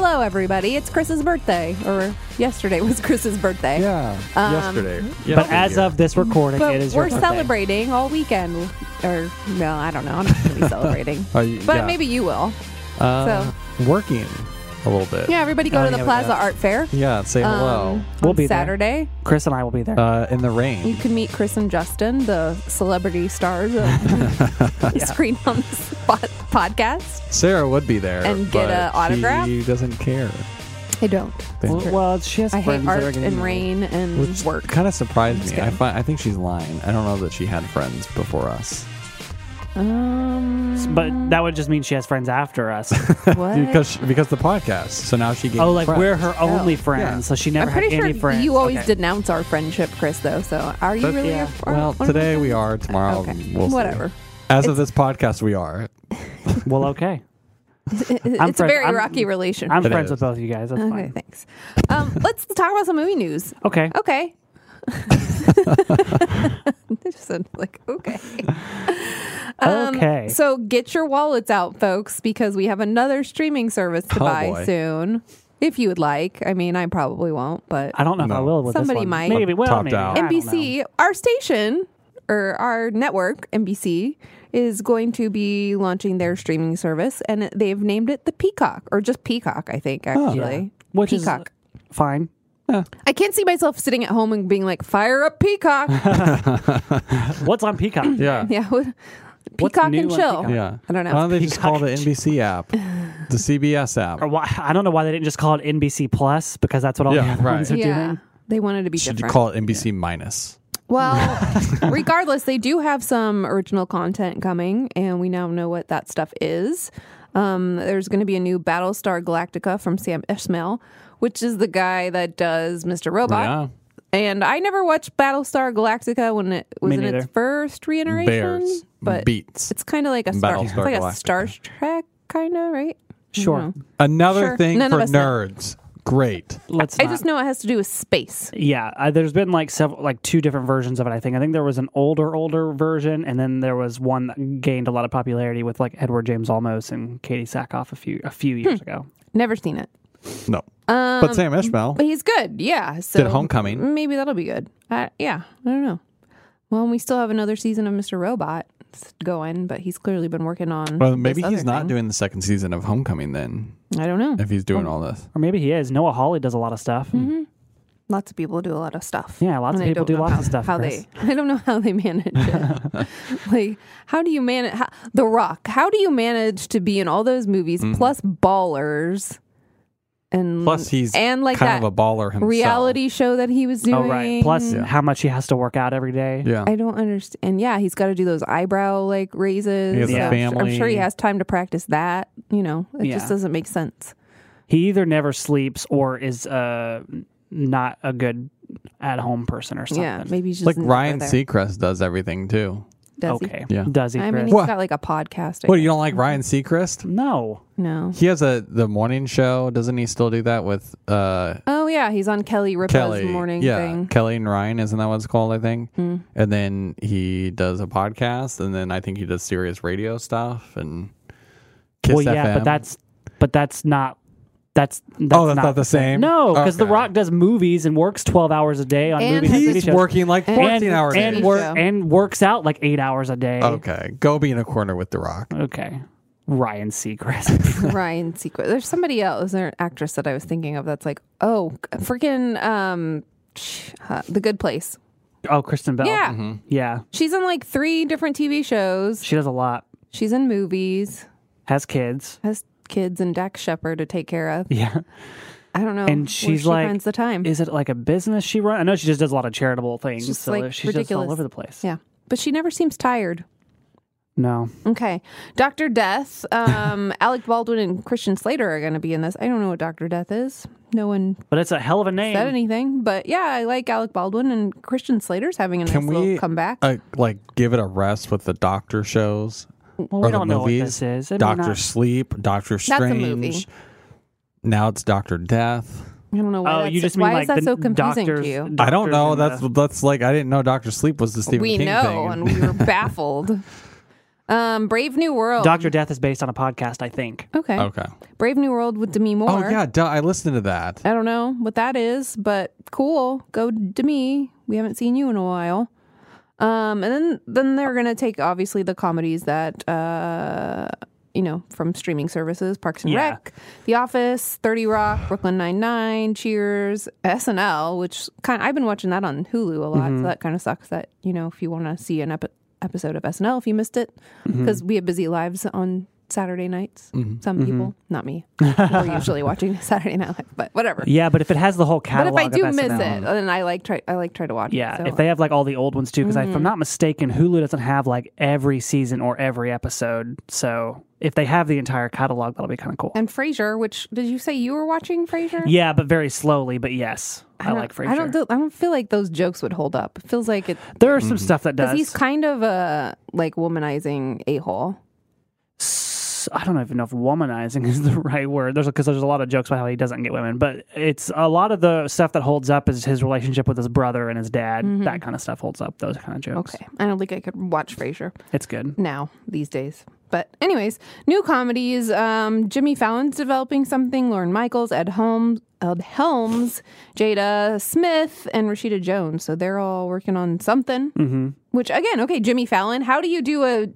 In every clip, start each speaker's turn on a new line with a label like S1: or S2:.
S1: everybody. It's Chris's birthday, or yesterday was Chris's birthday.
S2: Yeah.
S1: Um,
S2: yesterday.
S3: But as of this recording,
S1: But
S3: it is your
S1: we're
S3: birthday.
S1: celebrating all weekend. Or, no, I don't know. I'm not going to be celebrating.
S2: But
S1: But maybe you will.
S2: uh, working a little bit.
S1: Yeah, everybody go
S3: Oh,
S1: to the
S3: yeah, we
S1: Plaza
S3: got-
S1: Art Fair.
S2: Yeah, say hello.
S1: um,
S3: We'll
S1: on
S3: be there.
S1: Saturday.
S3: Chris and I will be there.
S2: uh, in the rain.
S1: You can meet Chris and Justin, the celebrity stars of Screen on the Spot podcast.
S2: Sarah would be there
S1: And get a
S2: but
S1: autograph?
S2: She doesn't care.
S1: I don't.
S2: Well-
S3: well, well, she has
S1: I
S3: friends
S1: hate
S3: that are
S1: art
S3: gonna
S1: and
S3: be-
S1: rain and
S2: Which
S1: work.
S2: kind of surprised
S1: Just
S2: me. I,
S1: kidding.
S2: fi- I think she's lying. I don't know that she had friends before us
S1: Um,
S3: But that would just mean she has friends after us.
S1: what?
S2: because she- because the podcast. So now she gave
S3: oh,
S2: me
S3: like
S2: friends.
S3: we're her only friends,
S2: Yeah.
S3: so she
S1: I'm
S3: never had
S1: pretty sure
S3: any friends.
S1: you always
S3: Okay.
S1: denounce our friendship, Chris. Though, so are you
S2: That's-
S1: really?
S3: Yeah.
S1: A, fr-
S2: Well,
S1: one of
S2: today
S1: our
S2: we
S1: friends?
S2: are. Tomorrow,
S1: Okay.
S2: we'll see.
S1: Whatever.
S2: As of this podcast, we are.
S3: Well, okay. I'm
S1: It's a
S3: friends-
S1: very
S3: I'm-
S1: rocky relationship.
S3: I'm
S2: It
S3: friends
S2: is.
S3: with both of you guys. That's
S1: okay,
S3: fine.
S1: thanks. Um, let's talk about some movie news.
S3: Okay.
S1: Okay. they just said like okay. Um,
S3: Okay.
S1: So get your wallets out, folks, because we have another streaming service to
S2: Oh,
S1: buy
S2: boy.
S1: soon. If you would like, I mean, I probably won't, but
S3: I don't know if I
S2: No.
S3: will with
S1: Somebody
S3: this one.
S1: might.
S3: Maybe. Well,
S2: Topped
S3: maybe.
S2: out.
S3: I don't
S1: NBC, our station or our network, NBC, is going to be launching their streaming service, and they've named it the Peacock, or just Peacock, I think.
S3: know.
S1: Actually,
S3: Oh. Yeah. Which is
S1: Peacock.
S3: fine.
S1: I can't see myself sitting at home and being like, "Fire up Peacock."
S3: What's on Peacock?
S2: Yeah.
S1: Yeah. what-
S3: What's
S1: Peacock
S3: new
S1: and
S3: on
S1: chill.
S3: Peacock?
S2: Yeah.
S1: I don't know.
S2: Why don't they just
S3: Peacock
S2: call the
S3: and
S2: NBC app, the CBS
S3: Or
S2: app?
S3: why, I don't know why they didn't just call it NBC Plus because that's what all
S2: Yeah,
S3: the other
S2: right.
S3: ones are
S1: yeah.
S3: doing.
S1: They wanted to be
S2: Should you
S1: different.
S2: call it NBC minus?
S1: well, regardless, they do have some original content coming, and we now know what that stuff is. Um, there's going to be a new Battlestar Galactica from Sam Esmail, which is the guy that does Mr. Robot.
S2: Yeah.
S1: And I never watched Battlestar Galactica when it was
S3: Me
S1: in its
S3: neither.
S1: first reiteration.
S2: Bears.
S1: but
S2: Beats.
S1: it's kind of like a Star, it's
S2: Battlestar
S1: like a Star
S2: Galactica.
S1: Trek kind of right.
S3: Sure.
S1: Mm-hmm.
S2: Another
S1: Sure.
S2: thing
S1: None
S2: for
S1: of us know.
S2: nerds. Great.
S3: Let's
S1: I
S3: not.
S1: just know it has to do with space.
S3: Yeah, uh, there's been like several, like two different versions of it. I think. I think there was an older, older version, and then there was one that gained a lot of popularity with like Edward James Olmos and Katie Sackhoff a few a few years
S1: Hmm.
S3: ago.
S1: Never seen it.
S2: No. but Sam Ishmael.
S1: But he's good. Yeah. Um, So mm,
S2: Did Homecoming.
S1: Maybe that'll be good. I, yeah. I don't know. Well, and we still have another season of Mr. Robot going, but he's clearly been working on.
S2: Well, maybe
S1: this
S2: he's
S1: other
S2: not
S1: thing. Mm.
S2: doing the second season of Homecoming then,
S1: I don't know.
S2: if he's doing all this.
S3: Or maybe he is. Noah Hawley does a lot of stuff.
S1: Mm-hmm. Lots of people do a lot of stuff.
S3: Yeah, lots
S1: And
S3: of
S1: I
S3: people
S1: don't
S3: do
S1: know
S3: lots
S1: how,
S3: of stuff,
S1: How
S3: Chris.
S1: they? I don't know how they manage it. like, how do you manage? How, the Rock. How do you manage to be in all those movies plus Ballers? And
S2: Mm-hmm. Plus, he's
S1: Mm, and like
S2: kind
S1: that
S2: of a baller himself.
S1: reality show that he was doing.
S3: Oh right. Plus how much he has to work out every day.
S2: Yeah.
S1: I don't understand. And yeah, he's got to do those eyebrow like raises.
S2: He has a
S1: I'm su- I'm
S2: family.
S1: sure he has time to practice that. You know, it
S3: Yeah.
S1: just doesn't make sense.
S3: He either never sleeps or is uh not a good at home person or something.
S1: Yeah, maybe he's just
S2: like
S1: never
S2: Ryan
S1: there.
S2: Seacrest does everything too.
S1: Does he?
S3: okay.
S2: Yeah.
S3: Does he?
S1: I
S3: Chris?
S1: mean, he's
S2: What?
S1: got like a podcast. I
S2: What, you
S1: guess.
S2: don't like Ryan Seacrest?
S3: no.
S1: No.
S2: He has a the morning show. Doesn't he still do that with uh
S1: Oh yeah, he's on Kelly Ripa's
S2: Kelly?
S1: morning
S2: yeah,
S1: thing. Hmm.
S2: Kelly and Ryan, isn't that what it's called? I think. And then he does a podcast, and then I think he does serious radio stuff and Kiss
S3: well, yeah,
S2: FM.
S3: but that's but that's not. That's, that's
S2: oh, that's not,
S3: not
S2: the same.
S3: No, because The
S2: Okay.
S3: Rock does movies and works twelve hours a day on
S1: And
S3: movies.
S1: has
S3: and
S2: He's
S3: TV shows.
S2: working like
S1: And-
S2: fourteen hours. a
S3: and
S2: day.
S1: TV
S2: Oh.
S3: wor-
S1: show.
S3: and works out like eight hours a day.
S2: okay, go be in a corner with the Rock.
S3: Okay. Ryan Seacrest.
S1: Ryan Secret. There's somebody else, there's an actress that I was thinking of that's like, oh, freaking um, uh, The Good Place.
S3: oh, Kristen Bell.
S1: Yeah.
S2: Mm-hmm.
S3: Yeah.
S1: She's in like three different TV shows.
S3: She does a lot.
S1: She's in movies,
S3: Has kids.
S1: has kids and Dax Shepard to take care of.
S3: Yeah.
S1: I don't know. where
S3: And she's
S1: she
S3: like
S1: finds the time.
S3: Is it like a business she runs? I know she just does a lot of charitable things.
S1: just,
S3: so
S1: like,
S3: she's just
S1: ridiculous.
S3: all over the place.
S1: yeah, but she never seems tired.
S3: No.
S1: Okay, Doctor Death, um, Alec Baldwin and Christian Slater are going to be in this. I don't know what Doctor Death is. No one
S3: But it's a hell of a name.
S1: said anything, but yeah, I like Alec Baldwin and Christian Slater's having a nice
S2: Can
S1: little
S2: we
S1: comeback.
S2: Uh, like give it a rest with the doctor shows
S3: well,
S2: or
S3: we
S2: the
S3: don't know what
S2: movies?
S3: this is. I mean,
S2: Doctor
S3: not-
S2: Sleep, Doctor Strange.
S1: That's a movie.
S2: Now it's Doctor Death.
S1: I don't know why.
S3: Oh,
S1: that's,
S3: you just
S1: why
S3: mean like
S1: is that
S3: the
S1: so confusing
S3: doctors,
S1: to you?
S2: I don't
S3: doctors
S2: know.
S3: and
S2: That's
S3: the-
S2: that's like I didn't know Doctor Sleep was the Stephen
S1: we
S2: King
S1: know,
S2: thing.
S1: and we were baffled. Um, Brave New World.
S3: Doctor Death is based on a podcast, I think.
S1: okay.
S2: Okay.
S1: Brave New World with Demi Moore.
S2: Oh yeah, duh, I listened to that.
S1: I don't know what that is, but cool. Go Demi. We haven't seen you in a while. Um, and then then they're gonna take obviously the comedies that uh, you know from streaming services, Parks and
S3: Yeah.
S1: Rec, The Office, Thirty Rock, Brooklyn Nine Nine, Cheers, SNL, which kind I've been watching that on Hulu a lot,
S3: Mm-hmm.
S1: so that kind of sucks. That you know if you want to see an epi- episode of SNL if you missed it,
S3: Mm-hmm.
S1: because we have busy lives on Saturday nights. Some people, not me, we're usually watching Saturday Night Live, but whatever.
S3: Yeah, but if it has the whole
S1: But
S3: catalog,
S1: if I do
S3: of
S1: miss
S3: SNL,
S1: it, then I like try. I like try to watch.
S3: Yeah,
S1: it, so. Mm-hmm.
S3: if they have like all the old ones too, because if I'm not mistaken, Hulu doesn't have like every season or every episode. So if they have the entire catalog, that'll be kind of cool.
S1: and Frasier, which did you say you were watching Frasier?
S3: yeah, but very slowly. But yes, I,
S1: don't-
S3: like Frasier.
S1: I don't. do- I don't feel like those jokes would hold up. It feels like it
S3: there is some stuff that
S1: because
S3: does.
S1: he's kind of a like womanizing a hole.
S3: s- I don't even know if womanizing is the right word. There's because there's a lot of jokes about how he doesn't get women, but it's a lot of the stuff that holds up is his relationship with his brother and his dad.
S1: Mm-hmm.
S3: That kind of stuff holds up. Those kind of jokes.
S1: Okay, I don't think I could watch Frasier
S3: It's good.
S1: now these days. But anyways, new comedies. Um, Jimmy Fallon's developing something. Lauren Michaels, Ed Helms, Ed Helms, Jada Smith, and Rashida Jones. So they're all working on something. Mm-hmm. Which again, okay, Jimmy Fallon. How do you do a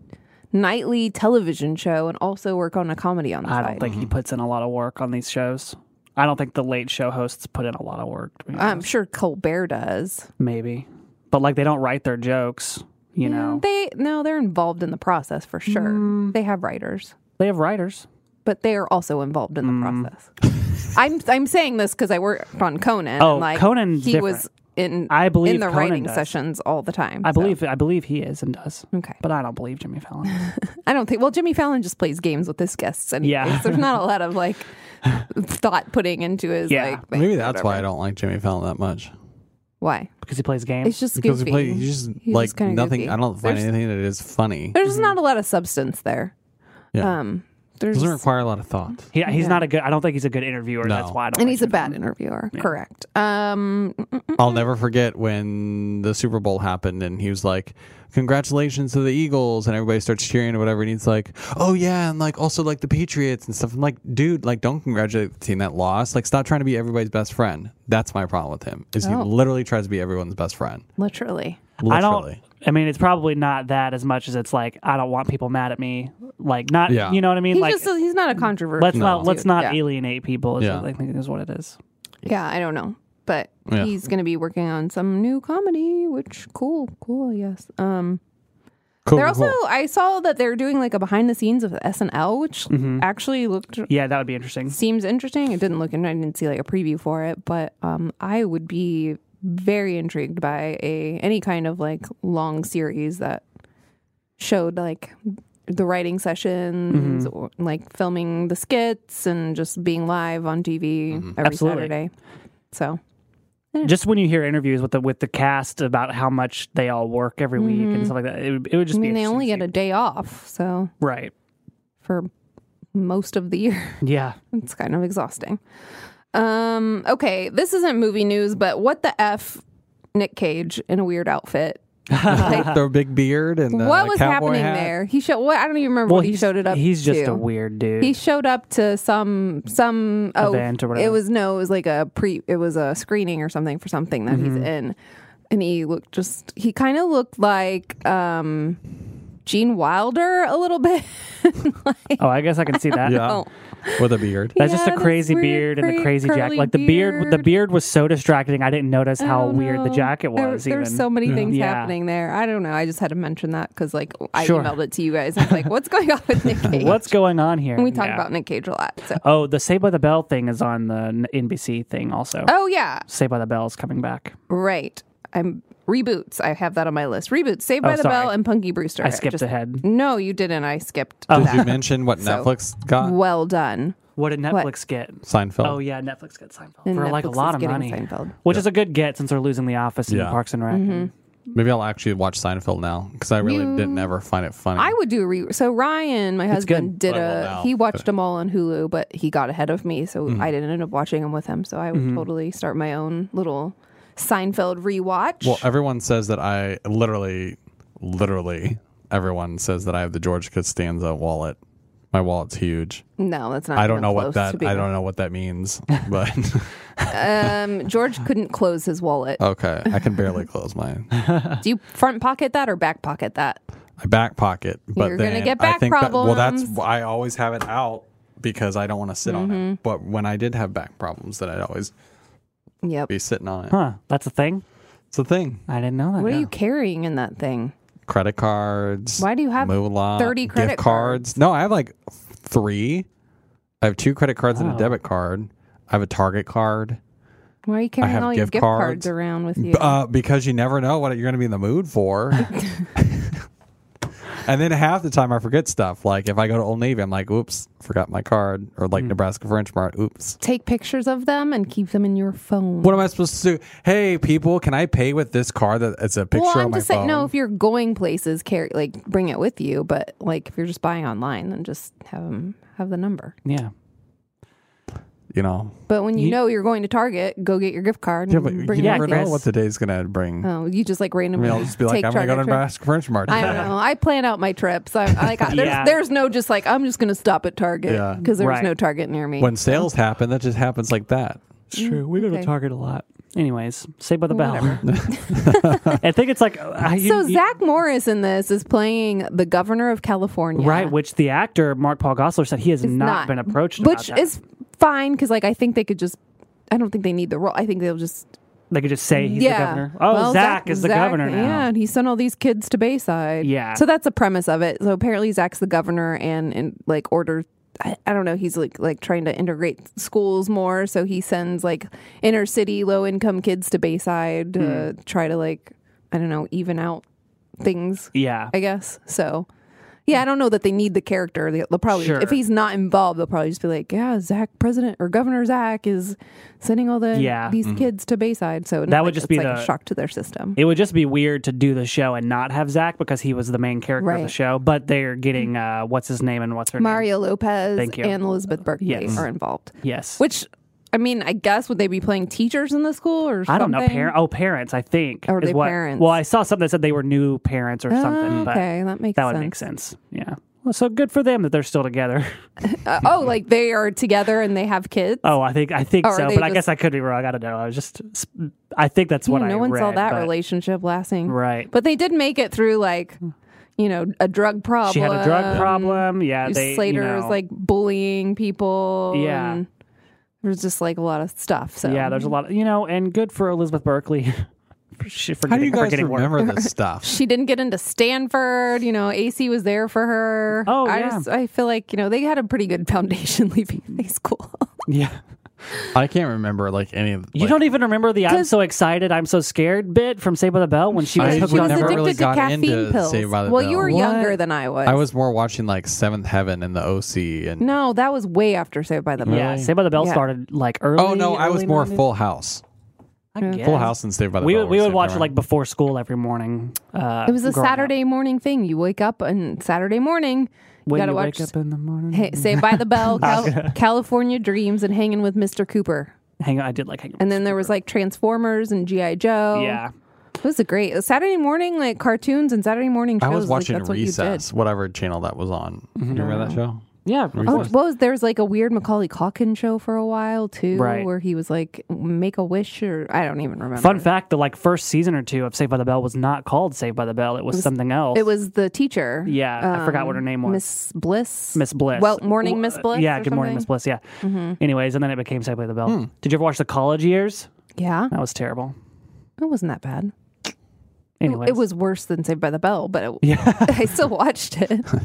S1: nightly television show and also work on a comedy on the
S3: I
S1: side?
S3: don't think he puts in a lot of work on these shows. I don't think the late show hosts put in a lot of work. to be
S1: I'm sure Colbert does.
S3: maybe but like they don't write their jokes you know
S1: They no, they're involved in the process for sure. They have writers.
S3: they have writers
S1: but they are also involved in the
S3: Mm.
S1: process. I'm I'm saying this because I worked on Conan.
S3: Oh,
S1: and like
S3: Conan's
S1: he
S3: different.
S1: was in
S3: I believe
S1: in the
S3: Conan
S1: writing
S3: does.
S1: sessions all the time.
S3: i
S1: so.
S3: believe i believe he is and does
S1: Okay,
S3: but i don't believe jimmy fallon
S1: I don't think. Well, Jimmy Fallon just plays games with his guests, and
S3: Yeah.
S1: there's not a lot of like thought putting into his
S3: Yeah.
S1: like. thing,
S2: Maybe that's
S1: whatever.
S2: why I don't like Jimmy Fallon that much
S1: Why
S3: because he plays games
S1: it's just
S2: because
S1: goofy.
S2: he plays. He's just
S1: He's
S2: like
S1: just kinda
S2: nothing.
S1: goofy.
S2: I don't find
S1: There's-
S2: anything that is funny.
S1: There's just not a lot of substance there.
S2: Yeah.
S1: Um, Mm-hmm. there's
S2: Doesn't require a lot of thought.
S3: he, he's
S1: Yeah.
S3: not a good i don't think he's a good interviewer
S2: No.
S3: that's why i don't
S1: and
S3: like
S1: he's a
S3: Jimmy
S1: bad
S3: Fallon.
S1: interviewer. Correct. Um,
S2: I'll never forget when the Super Bowl happened and he was like, Congratulations to the Eagles. And everybody starts cheering or whatever. And he's like, Oh, yeah. And like also like the Patriots and stuff. I'm like, Dude, like don't congratulate the team that lost. Like stop trying to be everybody's best friend. That's my problem with him is
S1: Oh.
S2: he literally tries to be everyone's best friend.
S1: literally.
S2: Literally.
S3: i don't i mean it's probably not that as much as it's like i don't want people mad at me like not
S2: Yeah.
S3: you know what i mean
S1: He's
S3: like
S1: just he's not a controversial.
S3: let's not let's
S1: dude.
S3: not
S1: Yeah.
S3: alienate people is
S2: Yeah.
S3: what i think is what it is
S1: Yeah, I don't know. But
S2: Yeah.
S1: he's going to be working on some new comedy, which cool, cool, yes. Um
S2: Cool,
S1: they're
S2: cool,
S1: also
S2: cool.
S1: I saw that they're doing like a behind the scenes of SNL, which
S2: Mm-hmm.
S1: actually looked
S3: yeah that would be interesting
S1: seems interesting. It didn't look and I didn't see like a preview for it, but um I would be very intrigued by a any kind of like long series that showed like the writing sessions
S2: Mm-hmm.
S1: or like filming the skits and just being live on TV
S2: Mm-hmm.
S1: every
S3: Absolutely.
S1: Saturday. So
S3: just when you hear interviews with the with the cast about how much they all work every week and stuff like that it, would- it would just
S1: Mm-hmm. I mean,
S3: be
S1: they only get
S3: interesting
S1: a day off, so
S3: to see. right
S1: for most of the year,
S3: yeah
S1: it's kind of exhausting. Um, okay, this isn't movie news, but what the f, Nick Cage in a weird outfit.
S2: their big beard and the
S1: what was
S2: cowboy
S1: happening
S2: hat.
S1: there? He showed. What I don't even remember
S3: well
S1: what he
S3: he's-
S1: showed it up.
S3: he's just
S1: to.
S3: a weird dude
S1: He showed up to some some oh,
S3: Event or whatever.
S1: It was no, it was like a pre. It was a screening or something for something that
S3: Mm-hmm.
S1: he's in, and he looked just. He kind of looked like um, Gene Wilder a little bit.
S3: Oh, I guess I can see that.
S2: Yeah.
S1: Oh.
S2: With a beard.
S3: That's just
S1: Yeah,
S3: a
S1: this
S3: crazy
S1: weird,
S3: beard and
S1: cra-
S3: the crazy
S1: curly
S3: jacket. Like the beard, the
S1: beard.
S3: beard was so distracting. I didn't notice
S1: I
S3: how
S1: don't
S3: weird the
S1: know.
S3: jacket
S1: There-
S3: was.
S1: There's
S3: even.
S1: so many things
S3: Yeah.
S1: happening there. I don't know. I just had to mention that because like I
S3: Sure.
S1: emailed it to you guys. I was like, "What's going on with Nick Cage?"
S3: What's going on here?
S1: And we talk
S3: Yeah.
S1: about Nick Cage a lot. So,
S3: Oh, the Saved by the Bell thing is on the N- NBC thing also.
S1: oh yeah,
S3: Saved by the Bell is coming back.
S1: right. I'm reboots. I have that on my list. Reboots, Saved by
S3: Oh,
S1: the
S3: sorry.
S1: Bell, and Punky Brewster.
S3: I skipped Oh.
S1: just-
S3: ahead.
S1: No, you didn't. I skipped
S2: Did you
S1: that.
S2: mention what
S1: So-
S2: Netflix got?
S1: Well done.
S3: What did Netflix get?
S2: Seinfeld.
S3: Oh yeah, Netflix got Seinfeld
S1: And
S3: for like a
S1: Netflix
S3: lot
S1: is
S3: of
S1: getting
S3: money,
S1: Seinfeld. Mm-hmm.
S3: which is a good get since they're losing The Office and
S2: Yeah.
S3: Parks and Rec.
S2: Maybe I'll actually watch Seinfeld now because I really
S1: You-
S2: didn't ever find it funny.
S1: I would do a re. So Ryan, my husband, did
S2: Well,
S1: a.
S2: well, now,
S1: he watched them all on Hulu, but he got ahead of me, so
S3: Mm-hmm.
S1: I didn't end up watching them with him. So I would totally start my own little Seinfeld rewatch.
S2: Well, everyone says that I literally, literally everyone says that I have the George Costanza wallet. My wallet's huge.
S1: No, that's not.
S2: I don't
S1: even
S2: know
S1: close
S2: what that
S1: to being-
S2: I don't know what that means, but
S1: Um, George couldn't close his wallet.
S2: okay, I can barely close mine.
S1: Do you front pocket that or back pocket that?
S2: I back pocket, but
S1: You're
S2: then
S1: gonna get
S2: I
S1: back
S2: think that well, that's
S1: problems. Mm-hmm.
S2: I always have it out because I don't want to sit on it. But when I did have back problems, that I'd always
S1: Yep.
S2: be sitting on it.
S3: Huh. That's a thing?
S2: It's a thing.
S3: I didn't know that.
S1: What are you carrying in that thing?
S2: Credit cards.
S1: Why do you have
S2: moolah,
S1: 30 credit
S2: gift cards? No, I have like three. I have two credit cards and a
S3: Oh.
S2: debit card. I have a Target card.
S1: Why are you carrying
S2: have
S1: all your
S2: gift
S1: gift cards,
S2: cards.
S1: around with you?
S2: Uh, because you never know what you're going to be in the mood for. and then half the time I forget stuff. Like if I go to Old Navy, I'm like, oops, forgot my card. Or
S1: Mm.
S2: like Nebraska French Mart, oops.
S1: Take pictures of them and keep them in your phone.
S2: What am I supposed to do? Hey, people, can I pay with this card that it's a picture
S1: well,
S2: on
S1: I'm
S2: my
S1: just
S2: phone?
S1: saying, no, if you're going places, carry like bring it with you. But like if you're just buying online, then just have them have the number.
S3: Yeah.
S2: you know,
S1: But when you,
S3: You-
S1: know you're going to Target, go get your gift card.
S2: yeah,
S1: and
S2: but
S1: bring
S2: you
S1: it
S3: Yeah,
S2: never
S1: with you.
S2: know what the day's going to bring.
S1: Oh, you just like randomly
S2: I mean, I'll just be like,
S1: take
S2: I'm going to go to
S1: Target trips.
S2: Nebraska French Mart.
S1: I don't know. I plan out my trips. I, I like there's,
S3: Yeah.
S1: there's no just like I'm just gonna stop at Target
S2: Yeah.
S1: because there's
S3: Right.
S1: no Target near me.
S2: when sales happen, that just happens like that.
S3: It's true. We go
S1: Mm, okay.
S3: to Target a lot. Anyways, Saved by the Bell. I think it's like. uh, I, you-
S1: so
S3: you-
S1: Zach Morris in this is playing the governor of California,
S3: Right, which the actor, Mark Paul Gosselaar, said he has not,
S1: not-
S3: been approached about
S1: Which
S3: that.
S1: is fine because like I think they could just. I don't think they need the role. I think they'll just
S3: They could just say he's
S1: yeah.
S3: the governor. Oh,
S1: Well,
S3: Zach, is the
S1: Zach-
S3: governor now.
S1: Yeah, and he sent all these kids to Bayside.
S3: Yeah.
S1: so that's the premise of it. So apparently Zach's the governor and and like order. I, I don't know. He's like like trying to integrate schools more, so he sends like inner city low income kids to Bayside to
S3: Hmm.
S1: try to like I don't know even out things.
S3: Yeah.
S1: I guess so. Yeah, I don't know that they need the character. They- They'll probably,
S3: Sure.
S1: if he's not involved, they'll probably just be like, "Yeah, Zach, President or Governor Zach is sending all the
S3: Yeah.
S1: these kids to Bayside." So
S3: That would just be
S1: like a
S3: the-
S1: shock to their system.
S3: It would just be weird to do the show and not have Zach because he was the main character of the
S1: Right.
S3: show. But they're getting uh, what's his name and what's her name?
S1: Mario Lopez
S3: Thank you.
S1: and Elizabeth Berkley
S3: Yes.
S1: are involved.
S3: Yes.
S1: Which, I mean, I guess would they be playing teachers in the school or
S3: I don't know.
S1: something?
S3: Par- oh, parents. I think.
S1: Or are
S3: is
S1: they
S3: what-
S1: parents?
S3: Well, I saw something that said they were new parents or
S1: Oh,
S3: something. But
S1: okay, that makes
S3: that would
S1: sense.
S3: make sense. Yeah. Well, so good for them that they're still together.
S1: Uh, oh, like they are together and they have kids.
S3: Oh, I think I think
S1: Or are
S3: so,
S1: they
S3: but I
S1: just-
S3: guess I could be wrong. I don't know. I was just I think that's what
S1: Yeah,
S3: I
S1: no one saw
S3: read,
S1: that
S3: but-
S1: relationship lasting,
S3: Right.
S1: But they did make it through like. You know, a drug problem.
S3: Hmm. She had a drug problem. Yeah, they
S1: Slater
S3: you
S1: is
S3: know,
S1: like bullying people.
S3: Yeah.
S1: and There's just like a lot of stuff. So
S3: yeah. There's a lot, of, you know, and good for Elizabeth Berkeley. she for
S2: How do
S3: getting,
S2: you
S3: for
S2: guys
S3: getting work.
S2: remember this stuff?
S1: she didn't get into Stanford. You know, AC was there for her.
S3: Oh,
S1: I
S3: yeah.
S1: just I feel like you know they had a pretty good foundation leaving high school.
S3: Yeah,
S2: I can't remember like any of.
S3: you
S2: like,
S3: don't even remember the "I'm so excited, I'm so scared" bit from Saved by the Bell when she was
S2: I
S3: hooked
S2: would
S3: on
S2: never
S3: drugs?
S2: really got into Saved by the
S1: well,
S2: Bell.
S1: you were
S2: What?
S1: younger than I was.
S2: I was more watching like Seventh Heaven and the OC and.
S1: No, that was way after Saved by the Bell.
S3: Yeah, Saved by the Bell
S1: Yeah.
S3: started like early.
S2: oh no, I was
S3: early
S2: more
S3: 90s.
S2: Full House.
S3: I
S2: Full
S3: guess.
S2: House and Saved by the
S3: We
S2: Bell.
S3: would,
S2: were
S3: we would
S2: same
S3: watch
S2: time
S3: it like before school every morning. Uh,
S1: It was a
S3: growing up.
S1: Saturday morning thing. You wake up on Saturday morning.
S3: When
S1: you gotta
S3: you
S1: watch
S3: wake up in the morning,
S1: Hey, Saved by the Bell, Cal- California Dreams, and Hanging with Mr. Cooper.
S3: hang on, I did like hang.
S1: And then there was like Transformers and GI Joe.
S3: yeah,
S1: it was a great Saturday morning like cartoons and Saturday morning shows.
S2: I was
S1: like,
S2: watching
S1: that's
S2: Recess, whatever channel that was on. Do
S1: Mm-hmm.
S2: You remember that show?
S3: yeah, of
S1: What you
S3: course.
S1: did. Oh, what was there was like a weird Macaulay Calkin show for a while too,
S3: Right.
S1: where he was like make a wish or I don't even remember.
S3: Fun fact: the like first season or two of Saved by the Bell was not called Saved by the Bell; it was, something else.
S1: It was the teacher. um,
S3: Yeah, I forgot what her name was.
S1: Miss Bliss.
S3: Miss Bliss.
S1: Well, morning Miss
S3: W-
S1: Bliss.
S3: Yeah,
S1: or
S3: Good Morning Miss
S1: something? Mm-hmm.
S3: Bliss. Yeah. Anyways, and then it became Saved by the Bell. Did you ever watch the college years?
S1: Yeah,
S3: That was terrible.
S1: it wasn't that bad.
S3: Anyways,
S1: It was worse than Saved by the Bell, but it,
S3: Yeah,
S1: I still watched it. Uh,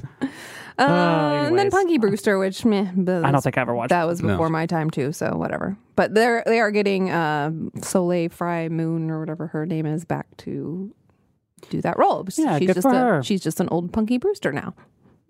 S1: and then
S3: anyways.
S1: Punky Brewster, which meh, but
S3: I don't think I ever watched.
S1: that was before my time too. So whatever. But they're they are getting uh, Soleil Fry Moon or whatever her name is back to do that role.
S3: Yeah, good
S1: just
S3: for
S1: a,
S3: her.
S1: she's just an old Punky Brewster now.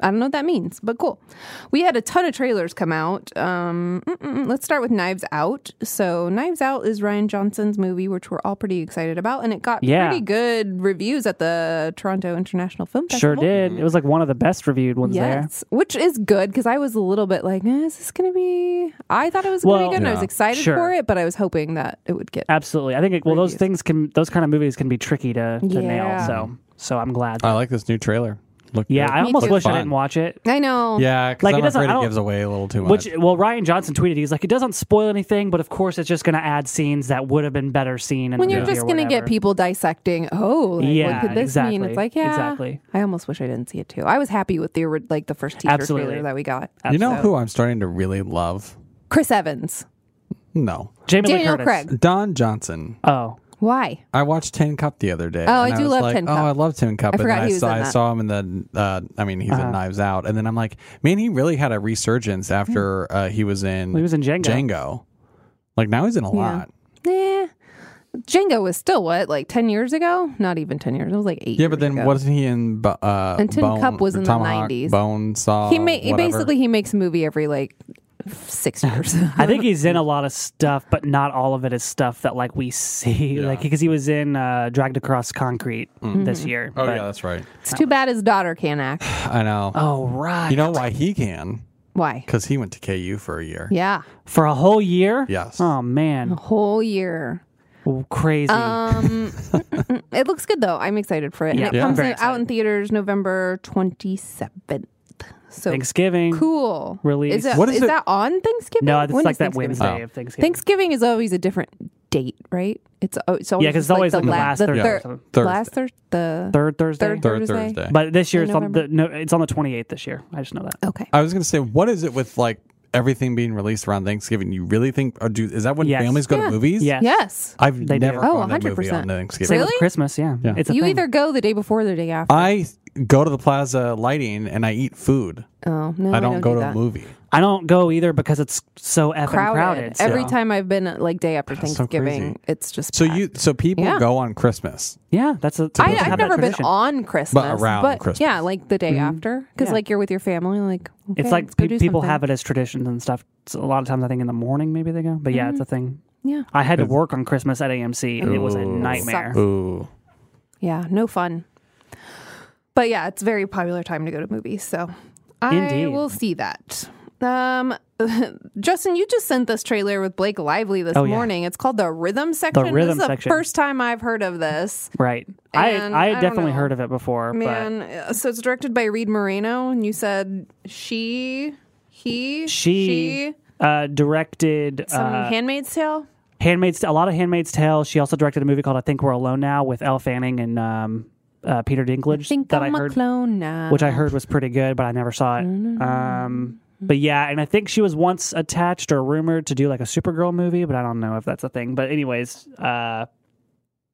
S1: I don't know what that means, but cool. We had a ton of trailers come out. Um, mm, mm, mm. let's start with Knives Out. So, Knives Out is Ryan Johnson's movie, which we're all pretty excited about, and it got
S3: Yeah.
S1: pretty good reviews at the Toronto International Film
S3: Sure
S1: Festival.
S3: did. It was like one of the best reviewed ones there.
S1: Yes, which is good because I was a little bit like, eh, is this going to be? I thought it was going to
S3: Well,
S1: be good. and I
S2: Yeah.
S1: was excited
S3: Sure.
S1: for it, but I was hoping that it would get.
S3: Absolutely. I think it, well, those
S1: Reviews.
S3: things can those kind of movies can be tricky to, to
S1: Yeah.
S3: nail. So so I'm glad.
S2: I like this new trailer. look.
S3: Yeah, I
S1: Me
S3: almost
S1: too.
S3: wish I
S2: Uh, Fun.
S3: didn't watch it.
S1: I know.
S2: yeah, because
S3: Like, it
S2: I'm
S3: doesn't- I
S2: afraid it
S3: don't-
S2: gives away a little too much.
S3: Which, well, Ryan Johnson tweeted, he's like, it doesn't spoil anything, but of course, it's just going to add scenes that would have been better seen. in
S1: When
S3: the
S1: you're
S3: movie
S1: just
S3: or
S1: going to get
S3: whatever.
S1: people dissecting, oh, like,
S3: Yeah,
S1: what could this mean?
S3: exactly.
S1: It's like, yeah.
S3: Exactly.
S1: I almost wish I didn't see it too. I was happy with the ori- like the first teaser
S3: Absolutely.
S1: trailer that we got.
S2: you know who I'm starting to really love?
S1: Chris Evans,
S2: No,
S3: Jamie Lee
S1: Daniel
S3: Curtis.
S1: Craig.
S2: Don Johnson.
S3: Oh,
S1: Why?
S2: I watched Tin Cup the other day.
S1: Oh, I
S2: and
S1: do
S2: was
S1: love
S2: like,
S1: Tin
S2: Oh,
S1: Cup.
S2: I love Tin Cup. and
S1: forgot
S2: then
S1: he
S2: I,
S1: was
S2: saw,
S1: in
S2: I
S1: that. Uh-huh.
S2: saw him in the. Uh, I mean, he's in Knives Out, and then I'm like, man, he really had a
S1: Hmm.
S2: resurgence after uh, he was in.
S3: he was in Django.
S2: Django. Like now he's in a lot.
S1: Nah. Django Eh. was still what, like ten years ago? Not even ten years. It was like eight.
S2: Yeah, but
S1: years
S2: then
S1: ago.
S2: wasn't he in? Bo- Uh,
S1: And Tin
S2: Bone-
S1: Cup was in the
S2: Tomahawk,
S1: 90s.
S2: Bone Saw.
S1: He ma- he
S2: whatever.
S1: basically he makes a movie every like six years.
S3: I think he's in a lot of stuff, but not all of it is stuff that like we see,
S2: Yeah.
S3: like because he was in uh, Dragged Across Concrete
S1: Mm-hmm.
S3: this year.
S2: Oh
S3: but-
S2: yeah, that's right.
S1: it's too bad his daughter can't act.
S2: I know.
S3: Oh right.
S2: You know why he can?
S1: Why?
S2: Because he went to KU for a year.
S1: Yeah,
S3: for a whole year.
S2: Yes.
S3: Oh man,
S1: whole year.
S3: Oh, crazy.
S1: Um, it looks good though. I'm excited for it.
S3: Yeah,
S1: and it
S3: Yeah.
S1: comes
S3: very
S1: in- out in theaters November 27th. So
S3: Thanksgiving.
S1: cool.
S3: Release.
S1: Is, that,
S2: What is
S1: is
S2: it-
S1: that on Thanksgiving?
S3: No, it's
S1: When
S3: like
S1: is
S3: that
S1: Thanksgiving?
S3: Wednesday
S2: Oh.
S3: of Thanksgiving.
S1: Thanksgiving is always a different date, right? It's oh, it's always
S3: Yeah, 'cause it's
S1: just,
S3: always,
S1: like
S3: like, the last
S1: the
S3: Thursday or
S1: third-
S3: something.
S2: Thursday.
S1: last Thursday. The
S3: Third Thursday.
S1: Third
S2: Third
S1: Thursday.
S2: Thursday.
S3: But this year
S1: In
S3: it's on
S1: November.
S3: the no, it's on the 28th this year. I just know that.
S1: okay.
S2: I was gonna say, what is it with like everything being released around Thanksgiving? You really think? Or do is that when
S3: Yes.
S2: families go
S1: Yeah.
S2: to movies?
S3: Yes.
S1: Yes.
S2: I've
S3: do.
S2: never
S1: Oh,
S2: gone to a movie
S1: 100%.
S2: on Thanksgiving.
S3: Same with
S1: Really?
S3: Christmas. Yeah.
S2: Yeah.
S3: It's a
S1: You
S3: thing.
S1: either go the day before or the day after.
S2: I go to the Plaza Lighting and I eat food.
S1: oh no,
S2: I don't, go
S1: do
S2: to
S1: that.
S2: a movie.
S3: I don't go either because it's so effing crowded.
S1: Crowded.
S3: so-
S1: Every time I've been uh, like day after
S2: That's so
S1: Thanksgiving,
S2: crazy.
S1: it's just
S2: So
S1: packed.
S2: you, so people
S1: Yeah.
S2: go on Christmas.
S3: Yeah, that's a.
S1: I,
S3: they have
S1: I've
S3: that
S1: never been
S3: tradition. Mm-hmm.
S1: on Christmas,
S2: around
S1: but
S2: Christmas.
S1: yeah, like the day after, because
S3: Yeah.
S1: like you're with your family, like okay,
S3: It's like
S1: let's go
S3: pe-
S1: do
S3: people
S1: something.
S3: have it as traditions and stuff. So a lot of times, I think in the morning maybe they go, but yeah, it's
S1: Mm-hmm.
S3: a thing.
S1: yeah,
S3: I had to work on Christmas at AMC, and it was a
S2: Ooh.
S3: nightmare.
S1: Sucks.
S2: Ooh,
S1: yeah, no fun. But yeah, it's a very popular time to go to movies, so I
S3: Indeed.
S1: will see that. Um, Justin, you just sent this trailer with Blake Lively this
S3: Oh, yeah.
S1: morning. It's called the Rhythm Section. this
S3: Rhythm
S1: is the
S3: Section.
S1: first time I've heard of this.
S3: Right? I
S1: And
S3: I
S1: I don't
S3: had definitely
S1: know.
S3: heard of it before,
S1: Man, uh, so it's directed by Reed Moreno, and you said she, he,
S3: but she, Uh, directed
S1: some
S3: uh,
S1: Handmaid's Tale.
S3: Handmaid's a lot of Handmaid's Tale. She also directed a movie called I Think We're Alone Now with Elle Fanning and um, uh, Peter Dinklage
S1: Think
S3: that
S1: I'm
S3: I
S1: a
S3: heard,
S1: clone now.
S3: which I heard was pretty good, but I never saw it. Um, but yeah, and I think she was once attached or rumored to do like a Supergirl movie, but I don't know if that's a thing. But anyways, uh,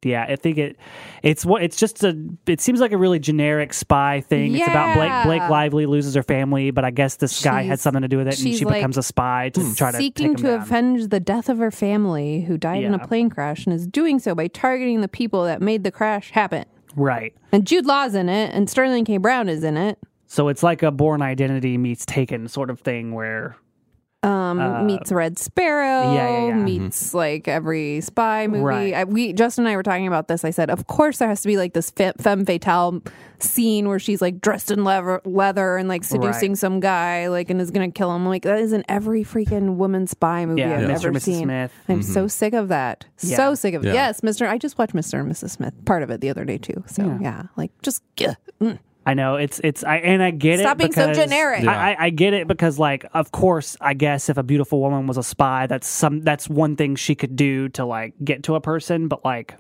S3: yeah, I think it it's what it's just a it seems like a really generic spy thing. It's about
S1: Yeah.
S3: Blake Blake Lively loses her family, but I guess this guy
S1: She's-
S3: had something to do with it, and
S1: she's
S3: she
S1: like
S3: becomes a spy
S1: Hmm.
S3: to try to
S1: seeking
S3: take him
S1: to
S3: down.
S1: avenge the death of her family who died in a
S3: Yeah.
S1: plane crash and is doing so by targeting the people that made the crash happen.
S3: right.
S1: And Jude Law's in it and Sterling K. Brown is in it.
S3: So it's like a Born Identity meets Taken sort of thing where
S1: Um, meets Red Sparrow.
S3: Uh, yeah, yeah.
S1: Meets like every spy movie.
S3: Right.
S1: I, we Justin and I were talking about this. I said, of course there has to be like this fe- femme fatale scene where she's like dressed in leather, leather and like seducing
S3: Right.
S1: some guy, like and is gonna kill him. Like that is in every freaking woman spy movie
S3: yeah,
S1: I've
S3: Mr.
S1: ever
S3: and Mrs.
S1: seen.
S3: Smith.
S1: I'm so sick of that.
S3: Yeah.
S1: So sick of it.
S2: Yeah.
S1: Yes, Mr. I just watched Mr. and Mrs. Smith part of it the other day too. So yeah,
S3: Yeah.
S1: like just ugh. Mm.
S3: I know it's it's I and I get
S1: Stop
S3: it.
S1: being so
S3: because-
S1: generic.
S2: Yeah.
S3: I, I, I get it because like of course I guess if a beautiful woman was a spy, that's some that's one thing she could do to like get to a person, but like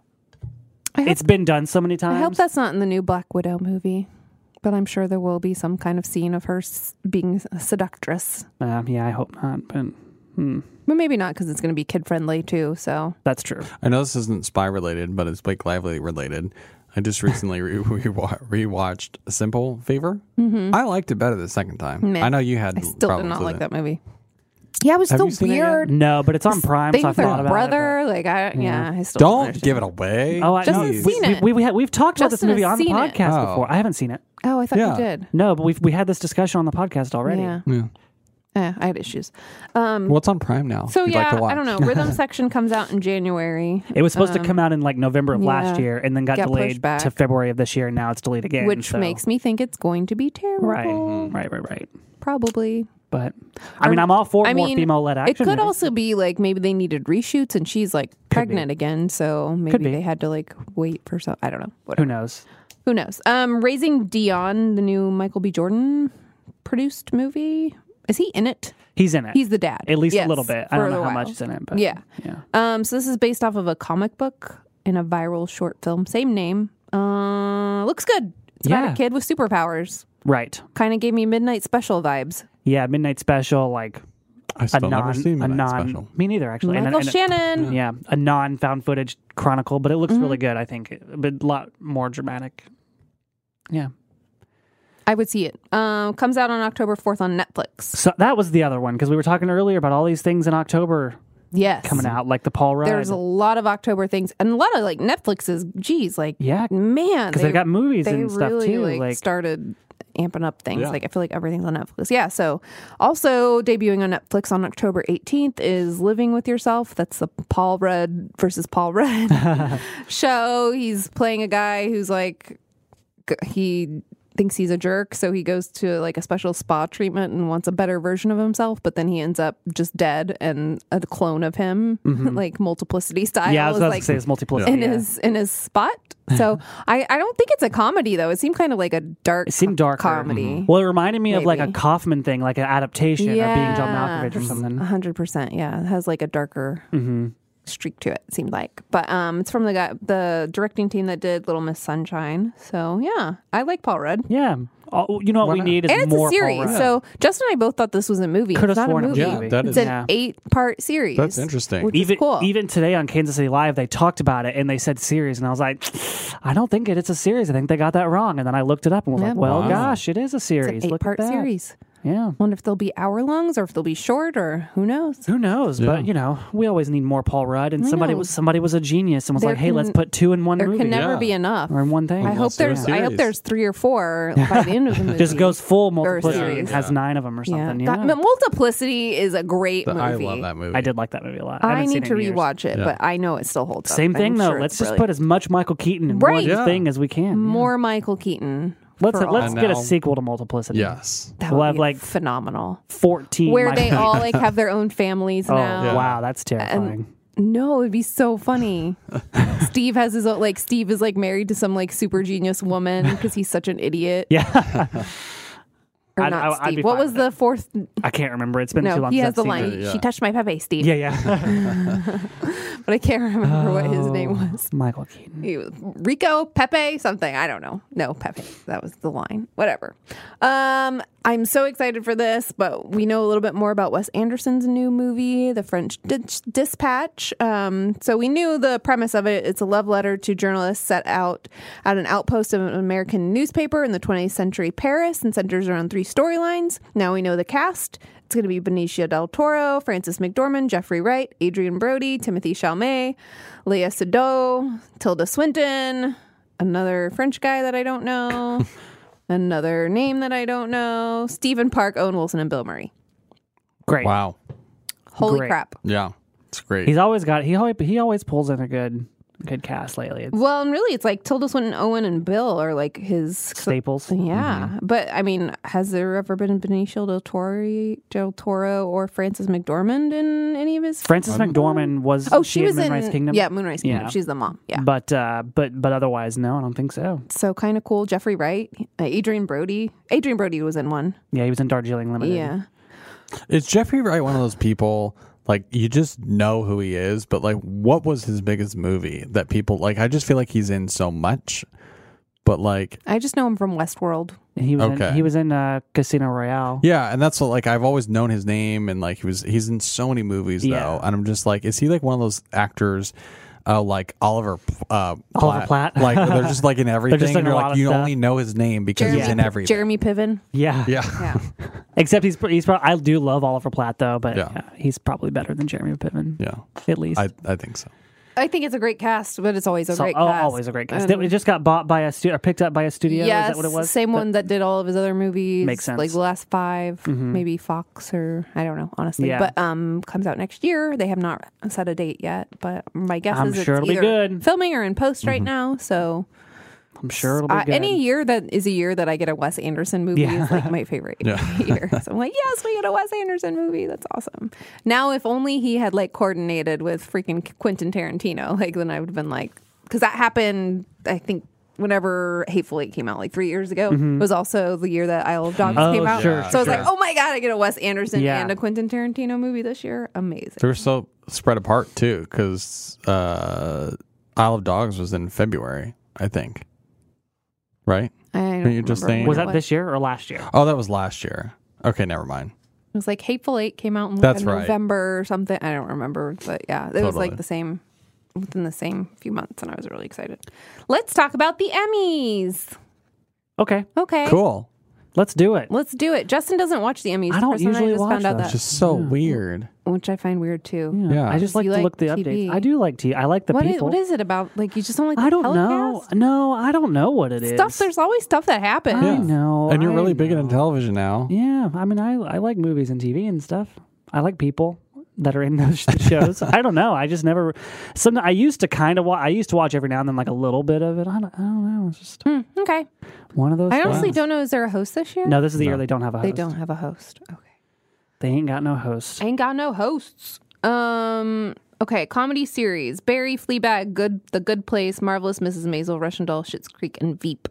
S1: I hope,
S3: it's been done so many times.
S1: I hope that's not in the new Black Widow movie, but I'm sure there will be some kind of scene of her s- being a seductress.
S3: Um, yeah, I hope not, but
S1: But maybe not because it's going to be kid friendly too. So
S3: that's true.
S2: I know this isn't spy related, but it's Blake Lively related. I just recently re- rewa- rewatched Simple Fever. Mm-hmm. I liked it better the second time.
S1: Meh.
S2: I know you had
S1: I still did
S2: problems
S1: not
S2: with
S1: like
S2: it.
S1: that movie. Yeah, it was
S2: Have you
S1: so
S2: seen it yet? Mm,
S1: weird.
S3: No, but it's on Prime,
S1: Thing
S3: so I
S1: with her
S3: forgot about
S1: brother,
S3: it.
S1: like I yeah, I still
S2: Don't
S1: understand.
S2: give it away.
S3: but- Oh, I,
S1: Justin's
S3: no, we,
S1: seen it.
S3: We, we, we, have talked about this
S1: Justin
S3: movie
S1: has
S3: on the
S1: seen it.
S3: podcast
S2: Oh.
S3: before. I haven't seen it.
S1: Oh, I thought
S2: Yeah.
S1: you did.
S3: No, but we've we had this discussion on the podcast already.
S1: Yeah,
S2: Yeah.
S1: Eh, I had issues. Um,
S2: Well, it's on Prime now.
S1: So
S2: if you'd
S1: yeah,
S2: like to watch.
S1: I don't know. Rhythm section comes out in January,
S3: It was supposed to come out in like November of last
S1: Um, yeah.
S3: year and then got,
S1: Got pushed
S3: delayed
S1: back.
S3: to February of this year and now it's delayed again.
S1: which
S3: so-
S1: makes me think it's going to be terrible.
S3: Right.
S1: Mm-hmm.
S3: Right, right, right.
S1: Probably.
S3: But I mean I'm all for
S1: I
S3: more
S1: mean,
S3: female led action.
S1: It could
S3: movies.
S1: also be like maybe they needed reshoots and she's like pregnant again, so maybe
S3: be.
S1: they had to like wait for some. I don't know.
S3: who
S1: Whatever.
S3: knows.
S1: Who knows? Um, Raising Dion, the new Michael B. Jordan produced movie. Is he in it?
S3: He's in it.
S1: He's the dad.
S3: at least
S1: Yes,
S3: a little bit. I
S1: for
S3: don't
S1: a
S3: know how
S1: while.
S3: much is in it, but
S1: Yeah.
S3: yeah.
S1: Um, so this is based off of a comic book and a viral short film, same name. Uh, looks good. It's about
S3: Yeah.
S1: a kid with superpowers.
S3: Right.
S1: Kind of gave me midnight special vibes.
S3: Yeah, midnight special, like
S2: I
S3: a
S2: still
S3: non,
S2: never seen
S3: a
S2: Midnight
S3: non.
S2: Special.
S3: Me neither, actually. And-
S1: Michael
S3: and-
S1: Shannon.
S3: yeah, a non found footage chronicle, but it looks really
S1: Mm-hmm.
S3: good. I think, but a lot more dramatic. Yeah.
S1: I would see it. Um, comes out on October fourth on Netflix.
S3: So that was the other one because we were talking earlier about all these things in October
S1: Yes,
S3: coming out, like the Paul Rudd.
S1: There's a lot of October things and a lot of like Netflix's. Geez, like
S3: yeah,
S1: man,
S3: because they, have got movies
S1: Mm, they
S3: and stuff
S1: really
S3: too.
S1: like,
S3: like
S1: started amping up things.
S2: Yeah.
S1: Like I feel like everything's on Netflix. Yeah. So also debuting on Netflix on October 18th is Living with Yourself. That's the Paul Rudd versus Paul Rudd show. He's playing a guy who's like g- he thinks he's a jerk so he goes to like a special spa treatment and wants a better version of himself but then he ends up just dead and a clone of him like multiplicity style
S3: Mm-hmm. yeah, I was
S1: is
S3: about
S1: like
S3: to say it's multiplicity.
S1: in
S3: yeah.
S1: his in his spot. So I I don't think it's a comedy though. It seemed kind of like a dark.
S3: It seemed darker.
S1: comedy.
S3: Well, it reminded me of like a
S1: Maybe.
S3: Kaufman thing, like an adaptation of being John Malkovich or something. Mm-hmm.
S1: hundred percent. Yeah, it has like a darker streak to it. it Seemed like, but um, it's from the guy the directing team that did Little Miss Sunshine. So yeah, I like Paul Rudd.
S3: Yeah. Oh, you know what
S2: Why
S3: we
S2: not?
S3: need is
S1: And it's
S3: more
S1: a series,
S3: Paul Rudd.
S1: so Justin and I both thought this was a movie.
S3: Could
S1: it's
S3: have
S1: not
S3: sworn
S1: a
S3: it was
S1: movie.
S3: a
S2: Yeah,
S3: movie.
S2: that
S1: it's
S2: is-
S1: an eight-part series.
S2: That's interesting.
S1: Which
S3: even
S1: is cool.
S3: even today on Kansas City Live, they talked about it and they said series, and I was like, I don't think it, it's a series. I think they got that wrong. And then I looked it up and was
S1: Yeah.
S3: like, Well,
S2: Wow.
S3: gosh, it is a series.
S1: it's an
S3: Look at
S1: eight-part
S3: that.
S1: series.
S3: Yeah.
S1: Wonder if they'll be hour longs or if they'll be short or who knows.
S3: Who knows?
S2: Yeah.
S3: But you know, we always need more Paul Rudd. And somebody
S1: know.
S3: was somebody was a genius and was
S1: There
S3: like, Hey, let's
S1: can-
S3: put two in one
S1: There
S3: movie
S1: can never
S2: Yeah.
S1: be enough.
S3: or in one thing.
S1: I hope
S2: Let's do a
S1: there's. I hope
S2: series.
S1: there's three or four by the end of the movie.
S3: Just goes full multiplicity
S1: series.
S3: and has nine of them or
S1: Yeah,
S3: something.
S1: God, but
S3: Yeah.
S1: Multiplicity is a great
S2: But
S1: movie.
S2: I love that movie.
S3: I did like that movie a lot. I,
S1: I,
S3: haven't seen
S1: need
S3: it
S1: to
S3: in years.
S1: rewatch it,
S2: Yeah.
S1: but I know it still holds up.
S3: Same
S1: I'm
S3: thing though.
S1: sure
S3: Let's
S1: it's
S3: just
S1: brilliant.
S3: put as much Michael Keaton in
S1: Right.
S3: one
S2: Yeah.
S3: thing as we can. Yeah.
S1: more Michael Keaton.
S3: Let's
S1: for all-
S3: let's get a
S2: now-
S3: sequel to Multiplicity.
S2: Yes.
S1: that
S3: we'll
S1: would
S3: have,
S1: be
S3: like,
S1: phenomenal.
S3: Fourteen.
S1: Where
S3: Michael
S1: they
S3: Keaton.
S1: all like have their own families
S3: Oh
S1: now.
S3: wow, that's terrifying.
S1: No, it'd be so funny. Steve has his own like Steve is like married to some like super genius woman because he's such an idiot.
S3: yeah,
S1: Or
S3: I'd-
S1: not
S3: I- I'd be
S1: Steve. What
S3: fine
S1: was
S3: with
S1: the fourth
S3: I can't remember. It's been too
S1: No,
S3: long.
S1: he
S3: since
S1: has
S3: I've
S1: the
S3: seen
S1: line.
S3: it.
S2: it, yeah.
S1: She touched my pepe, Steve.
S3: Yeah, yeah.
S1: But I can't remember what his name
S3: Oh,
S1: was.
S3: Michael Keaton.
S1: He was Rico, Pepe, something. I don't know. No, Pepe. That was the line. Whatever. Um, I'm so excited for this, but we know a little bit more about Wes Anderson's new movie, The French Dis- Dispatch. Um, so we knew the premise of it. It's a love letter to journalists set out at an outpost of an American newspaper in the 20th century Paris and centers around three storylines. Now we know the cast. It's going to be Benicio del Toro, Francis McDormand, Jeffrey Wright, Adrian Brody, Timothy Chalamet, Leah Sado, Tilda Swinton, another French guy that I don't know, another name that I don't know, Stephen Park, Owen Wilson, and Bill Murray.
S3: Great.
S2: Wow.
S1: Holy
S3: Great.
S1: crap.
S2: Yeah. It's great.
S3: He's always got. He always he always pulls in a good good cast lately. It's
S1: Well, and really, it's like Tilda Swinton, Owen, and Bill are like his.
S3: staples.
S1: Yeah,
S3: Mm-hmm.
S1: but I mean, has there ever been Benicio del Toro, del Toro, or Francis McDormand in any of his?
S3: Frances McDormand was.
S1: oh, she, was
S3: in
S1: in
S3: Moonrise Kingdom.
S1: Yeah, Moonrise Kingdom.
S3: Yeah.
S1: She's the mom. Yeah,
S3: But uh, but but otherwise, no, I don't think so.
S1: so kind of cool. Jeffrey Wright, uh, Adrian Brody. Adrian Brody was in one.
S3: Yeah, he was in Darjeeling Limited.
S1: Yeah,
S2: Is Jeffrey Wright one of those people like you just know who he is, but like what was his biggest movie that people like I just feel like he's in so much. But like
S1: I just know him from Westworld.
S3: he was. In,
S2: Okay.
S3: he was in uh, Casino Royale.
S2: yeah, and that's what like I've always known his name and like he was he's in so many movies
S3: Yeah.
S2: though. And I'm just like, is he like one of those actors uh, like Oliver uh
S3: Oliver Platt?
S2: like they're just like in everything
S3: in
S2: and
S3: a
S2: you're
S3: lot
S2: like
S3: of
S2: you
S3: stuff.
S2: only know his name because he's in everything.
S1: Jeremy Piven.
S3: Yeah.
S2: yeah.
S1: Yeah,
S3: Except he's he's probably I do love Oliver Platt though, but
S2: Yeah.
S3: yeah, he's probably better than Jeremy Piven
S2: Yeah.
S3: at least.
S2: I, I think so.
S1: I think it's a great cast, but it's always a
S3: So-
S1: great
S3: oh,
S1: cast.
S3: always a great cast.
S1: And-
S3: it just got bought by a studio or picked up by a studio.
S1: Yes,
S3: is that what it was?
S1: same one that did all of his other movies.
S3: Makes sense. Mm-hmm.
S1: Like the last 5 maybe Fox or I don't know, honestly.
S3: Yeah.
S1: But um, comes out next year. They have not set a date yet, but my guess
S3: I'm
S1: is
S3: sure
S1: it's
S3: it'll be
S1: either
S3: good. Mm-hmm.
S1: filming or in post right now. So
S3: I'm sure it'll be
S1: uh,
S3: good.
S1: any year that is a year that I get a Wes Anderson movie
S3: Yeah.
S1: is like my favorite year. So I'm like, yes, we get a Wes Anderson movie. That's awesome. Now, if only he had like coordinated with freaking Quentin Tarantino, like then I would have been like, because that happened, I think whenever Hateful Eight came out, like three years ago, was also the year that Isle of Dogs
S3: Mm-hmm. Oh,
S1: came out.
S3: sure,
S1: so I was
S3: sure.
S1: like, oh my god, I get a Wes Anderson
S3: Yeah.
S1: and a Quentin Tarantino movie this year. Amazing.
S2: They're so spread apart too, because uh, Isle of Dogs was in February, I think. Right?
S1: I don't
S2: you just
S1: remember
S2: saying-
S1: when
S3: Was
S1: it
S3: that this year or last year?
S2: Oh, that was last year. Okay, never mind.
S1: It was like Hateful Eight came out in like
S2: That's
S1: a
S2: right.
S1: November or something. I don't remember, but yeah, it was
S2: Totally.
S1: like the same within the same few months, and I was really excited. Let's talk about the Emmys.
S3: Okay,
S1: Okay,
S2: Cool.
S3: let's do it.
S1: Let's do it. Justin doesn't watch the Emmys.
S3: I don't
S1: For some reason,
S3: usually
S1: just
S3: watch
S1: found out
S3: them.
S1: that,
S2: It's just so weird.
S1: which I find weird too.
S2: Yeah.
S3: I just
S1: You
S3: like to
S1: like
S3: look the
S1: TV.
S3: updates. I do like tea. I like the
S1: What is,
S3: people.
S1: what is it about? Like you just don't like the
S3: I don't know.
S1: telecast?
S3: No, I don't know what it is.
S1: Stuff. There's always stuff that happens.
S3: I know,
S2: And you're
S3: I
S2: really big
S3: know.
S2: into television now.
S3: Yeah, I mean, I I like movies and TV and stuff. I like people that are in those shows. I don't know. I just never. Some I used to kind of. Wa- I used to watch every now and then, like a little bit of it. I don't, I don't know. It's just
S1: Okay.
S3: one of those.
S1: I honestly
S3: things.
S1: don't know. Is there a host this year?
S3: No, this is the year they don't have a host.
S1: they don't have a host. Okay.
S3: They ain't got no host.
S1: I ain't got no hosts. Um. Okay, comedy series: Barry, Fleabag, Good, The Good Place, Marvelous Mrs. Maisel, Russian Doll, Schitt's Creek, and Veep.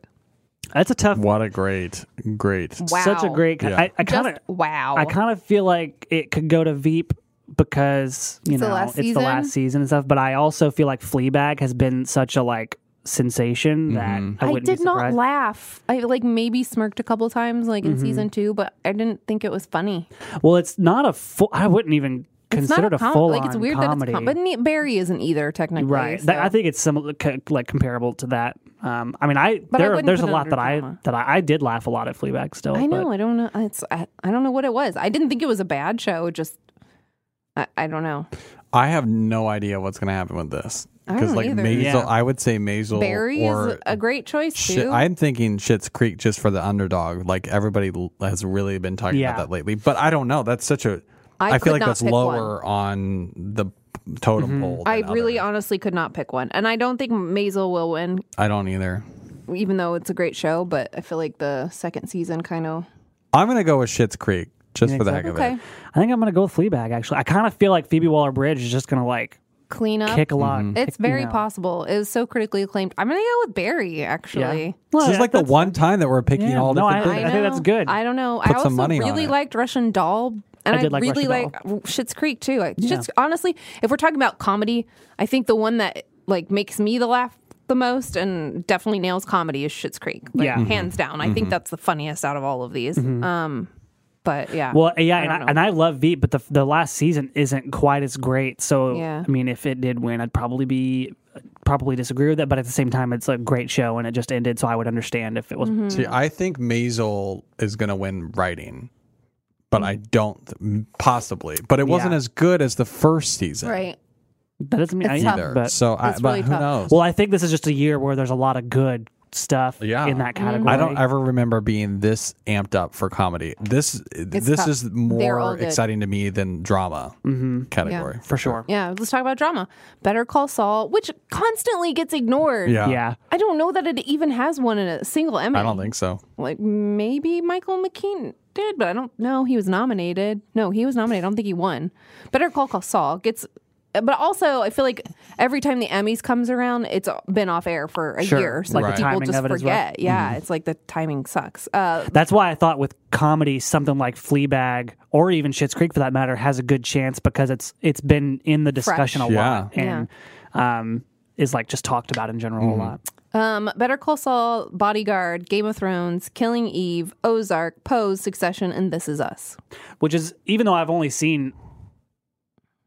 S3: That's a tough.
S2: What a great, great.
S1: Wow,
S3: Such a great.
S2: Yeah.
S3: I, I kind of.
S1: Just wow.
S3: I kind of feel like it could go to Veep because you
S1: It's the
S3: know it's
S1: last
S3: the
S1: season?
S3: last season and stuff. But I also feel like Fleabag has been such a like sensation that
S1: I
S3: I wouldn't
S1: did
S3: be
S1: not
S3: surprised. Mm-hmm.
S1: laugh. I like maybe smirked a couple times, like in season two, but I didn't think it was funny.
S3: well, it's not a full. I wouldn't even
S1: It's not
S3: consider it
S1: a
S3: a
S1: com-
S3: full
S1: like it's weird
S3: comedy.
S1: that it's com- but ne- Barry isn't either technically,
S3: right?
S1: So.
S3: That- I think it's similar, co- like comparable to that. Um, I mean, I
S1: But I
S3: there
S1: wouldn't
S3: there's a
S1: put it
S3: lot
S1: under
S3: that
S1: drama.
S3: I that I, I did laugh a lot at Fleabag still.
S1: I
S3: but-
S1: know. I don't know. It's I, I don't know what it was. I didn't think it was a bad show. It Just I, I don't know.
S2: I have no idea what's going to happen with this.
S1: I don't
S2: Because like
S1: either.
S2: Maisel,
S3: Yeah.
S2: I would say Maisel
S1: Barry
S2: or
S1: is a great choice
S2: Shit,
S1: too.
S2: I'm thinking Shit's Creek just for the underdog. Like everybody l- has really been talking
S3: Yeah.
S2: about that lately, but I don't know. That's such a.
S1: I
S2: I
S1: could
S2: feel like
S1: not
S2: that's
S1: pick
S2: lower on the totem
S3: Mm-hmm.
S2: pole.
S1: I
S2: than
S1: really
S2: others.
S1: honestly could not pick one, and I don't think Maisel will win,
S2: I don't either.
S1: even though it's a great show. But I feel like the second season kind of
S2: I'm gonna go with Shit's Creek just
S3: You
S2: for the
S3: think
S2: heck of
S1: okay.
S2: it.
S3: I think I'm gonna go with Fleabag. Actually, I kind of feel like Phoebe Waller Bridge is just gonna like
S1: Clean up.
S3: kick a lot.
S1: It's
S3: kick me
S1: very
S3: out.
S1: possible. It was so critically acclaimed. I'm gonna go with Barry actually.
S3: Well,
S2: This is
S3: yeah,
S2: like the
S3: that's-
S2: one time that we're picking
S3: Yeah,
S2: all
S3: no,
S2: different
S3: I-
S2: things.
S3: think that's good.
S1: I don't know. I
S2: Put
S1: also
S2: some money on
S1: really
S2: it.
S1: liked Russian Doll, and I,
S3: I did like
S1: really
S3: Russian
S1: like Schitt's Creek too. I just honestly, if we're talking about comedy, I think the one that like makes me the laugh the most and definitely nails comedy is Schitt's Creek. Like,
S3: Yeah. Mm-hmm.
S1: hands down. I think that's the funniest out of all of these. Um, but yeah,
S3: Well, yeah, and
S1: don't
S3: I,
S1: know.
S3: and I love Veep, but the the last season isn't quite as great. So,
S1: Yeah.
S3: I mean, if it did win, I'd probably be probably disagree with that. But at the same time, it's a great show, and it just ended, so I would understand if it was.
S1: Mm-hmm. Mm.
S2: See, I think Maisel is gonna win writing, but I
S1: Mm.
S2: don't th- possibly. But it wasn't
S3: Yeah.
S2: as good as the first season
S1: right.
S3: That doesn't mean
S1: It's
S3: I
S1: tough.
S2: either.
S3: But
S2: so, I,
S1: It's
S2: but
S1: really
S2: who
S1: tough.
S2: knows?
S3: well, I think this is just a year where there's a lot of good stuff
S2: Yeah.
S3: in that category.
S2: I don't ever remember being this amped up for comedy. This this
S1: tough.
S2: is
S1: They're all
S2: more
S1: good.
S2: exciting to me than drama
S3: Mm-hmm.
S2: category
S3: for sure.
S1: Yeah, let's talk about drama. Better Call Saul, which constantly gets ignored.
S2: Yeah.
S3: yeah.
S1: I don't know that it even has one in a single Emmy.
S2: I don't think so.
S1: like maybe Michael McKean did, but I don't know. He was nominated. No, he was nominated. I don't think he won. Better Call Call Saul gets, but also I feel like every time the Emmys comes around, it's been off air for a
S3: Sure.
S1: year, so
S3: Like
S2: the
S1: people
S3: timing
S1: just
S3: of it as well.
S1: forget. Yeah, it's like the timing sucks. Uh,
S3: That's why I thought with comedy, something like Fleabag or even Schitt's Creek, for that matter, has a good chance because it's it's been in the discussion a lot
S2: Yeah. Mm-hmm.
S3: and um, is like just talked about in general a lot.
S1: um, Better Call Saul, Bodyguard, Game of Thrones, Killing Eve, Ozark, Pose, Succession, and This Is Us.
S3: Which is even though I've only seen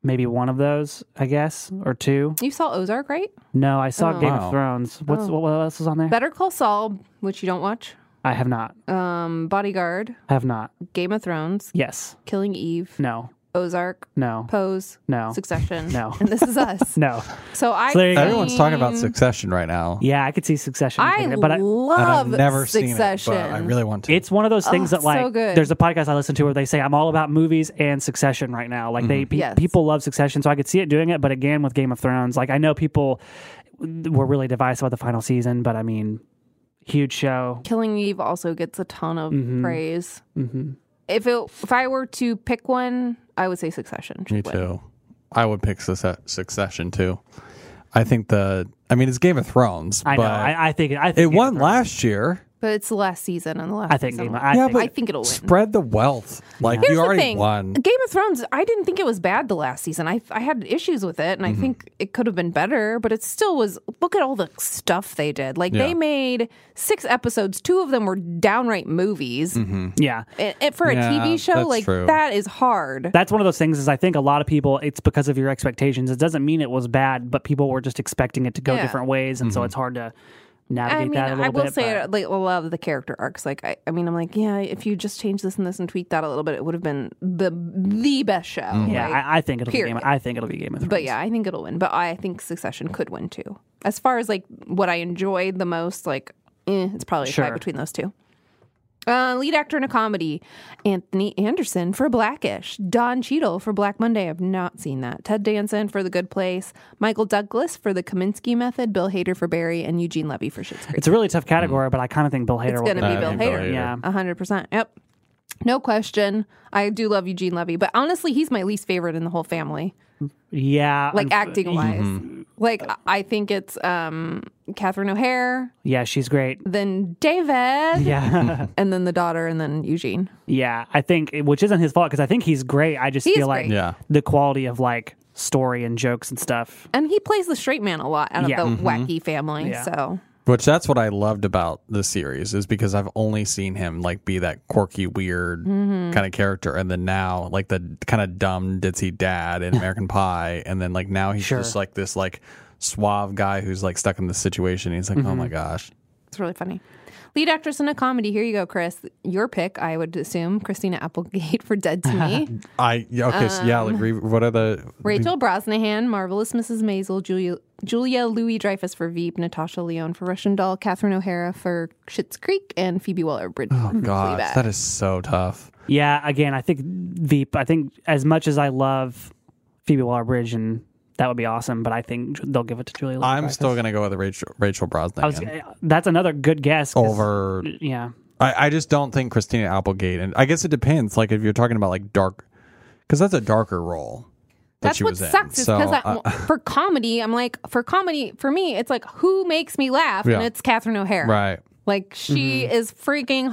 S3: maybe one of those, I guess, or two.
S1: You saw Ozark, right?
S3: No, I saw Game
S2: Wow.
S3: of Thrones. What's what else was on there?
S1: Better Call Saul, which you don't watch.
S3: I have not.
S1: Um, Bodyguard,
S3: I have not.
S1: Game of Thrones,
S3: Yes.
S1: Killing Eve,
S3: No.
S1: Ozark,
S3: No.
S1: Pose,
S3: No.
S1: Succession,
S3: No.
S1: and this is us.
S3: No.
S1: So I
S3: So there you go.
S2: Everyone's talking about
S1: think-
S2: Succession right now.
S3: Yeah, I could see Succession,
S1: I
S3: taking it, but I,
S2: And
S1: love
S2: I've never
S1: Succession.
S2: seen it, but I really want to.
S3: It's one of those things
S1: Oh,
S3: that
S1: so
S3: like
S1: good.
S3: there's a podcast I listen to where they say I'm all about movies and Succession right now. Like
S2: Mm-hmm.
S3: they pe-
S1: Yes.
S3: people love Succession, so I could see it doing it. But again, with Game of Thrones, like I know people were really divisive about the final season, but I mean, huge show.
S1: Killing Eve also gets a ton of
S3: Mm-hmm.
S1: praise. If it, if I were to pick one, I would say Succession. should
S2: Me
S1: win.
S2: too. I would pick succe- Succession too. I think the I mean, it's Game of Thrones.
S3: I know.
S2: but
S3: I, I think I think
S2: it
S3: Game of
S2: won
S3: Thrones-
S2: last year.
S1: But it's the last season and the last.
S3: I think
S1: season.
S3: Game of, I
S2: Yeah,
S3: think,
S2: but-
S1: I think it'll win.
S2: Spread the wealth. Like
S1: Here's
S2: you
S1: the
S2: already
S1: thing.
S2: won.
S1: Game of Thrones, I didn't think it was bad the last season. I I had issues with it, and
S2: Mm-hmm.
S1: I think it could have been better, but it still was. Look at all the stuff they did. Like
S2: Yeah.
S1: they made six episodes. Two of them were downright movies.
S3: yeah.
S1: And- and for
S2: Mm-hmm. Yeah,
S1: a TV show,
S2: that's
S1: like
S2: true.
S1: that is hard.
S3: That's one of those things is I think a lot of people it's because of your expectations. It doesn't mean it was bad, but people were just expecting it to go
S1: Yeah.
S3: different ways
S2: Mm-hmm.
S3: and so it's hard to navigate
S1: I mean,
S3: that a little
S1: I will
S3: bit.
S1: say
S3: but-
S1: like a lot of the character arcs. Like, I, I mean, I'm like, yeah, if you just change this and this and tweak that a little bit, it would have been the the best show.
S2: Mm-hmm.
S3: yeah,
S1: like,
S3: I, I think it'll be
S1: period.
S3: game I think it'll be Game of Thrones.
S1: But yeah, I think it'll win. But I think Succession could win too. As far as like what I enjoyed the most, like eh, it's probably a tie
S3: Sure.
S1: between those two. Uh, lead actor in a comedy, Anthony Anderson for Blackish, Don Cheadle for Black Monday. I've not seen that. Ted Danson for The Good Place, Michael Douglas for The Kaminsky Method, Bill Hader for Barry, and Eugene Levy for Schitt's Creek.
S3: It's a really tough category, but I kind of think Bill Hader
S1: It's
S3: will
S1: gonna
S3: win.
S1: be
S2: I
S1: Bill
S2: think Mm-hmm. Uh, Bill
S1: Hader.
S2: Hader.
S3: Yeah.
S1: A hundred percent. Yep. No question. I do love Eugene Levy, but honestly, he's my least favorite in the whole family.
S3: Yeah.
S1: Like
S3: unf-
S1: acting wise,
S3: Mm-hmm.
S1: like I- I think it's um Catherine O'Hare,
S3: Yeah, she's great.
S1: then David,
S3: Yeah.
S1: and then the daughter, and then Eugene.
S3: Yeah, I think which isn't his fault because I think he's great. I just
S1: He's
S3: feel like
S1: great.
S2: Yeah.
S3: the quality of like story and jokes and stuff.
S1: And he plays the straight man a lot out of
S3: Yeah. Mm-hmm.
S1: the wacky family.
S3: Yeah.
S1: So
S2: Which that's what I loved about the series is because I've only seen him like be that quirky, weird
S3: Mm-hmm.
S2: kind of character, and then now like the kind of dumb ditzy dad in American Pie, and then like now he's
S3: Sure.
S2: just like this like suave guy who's like stuck in this situation. He's like, oh
S3: Mm-hmm.
S2: my gosh,
S1: it's really funny. Lead actress in a comedy. Here you go, Chris. Your pick, I would assume, Christina Applegate for Dead to Me.
S2: I yeah, okay, so yeah,
S3: Um,
S2: I'll agree. What are the
S1: Rachel Brosnahan, Marvelous Mrs. Maisel, Julia, Julia Louis Dreyfus for Veep, Natasha Leone for Russian Doll, Catherine O'Hara for Schitt's Creek, and Phoebe Waller Bridge.
S2: Oh gosh, that is so tough.
S3: Yeah, again, I think Veep. I think as much as I love Phoebe Waller-Bridge, and that would be awesome, but I think they'll give it to Julia.
S2: I'm
S3: Louis-Dreyfus.
S2: still gonna go with Rachel Rachel Brosnahan
S3: I was, that's another good guess. 'cause-
S2: over.
S3: Yeah,
S2: I, I just don't think Christina Applegate, and I guess it depends. Like if you're talking about like dark, because that's a darker role. That
S1: That's
S2: she
S1: what
S2: was in.
S1: sucks is
S2: So,
S1: because
S2: uh,
S1: for comedy, I'm like, for comedy, for me, it's like, who makes me laugh?
S2: Yeah.
S1: And it's Catherine O'Hara.
S2: right. Mm-hmm.
S1: Like, she is freaking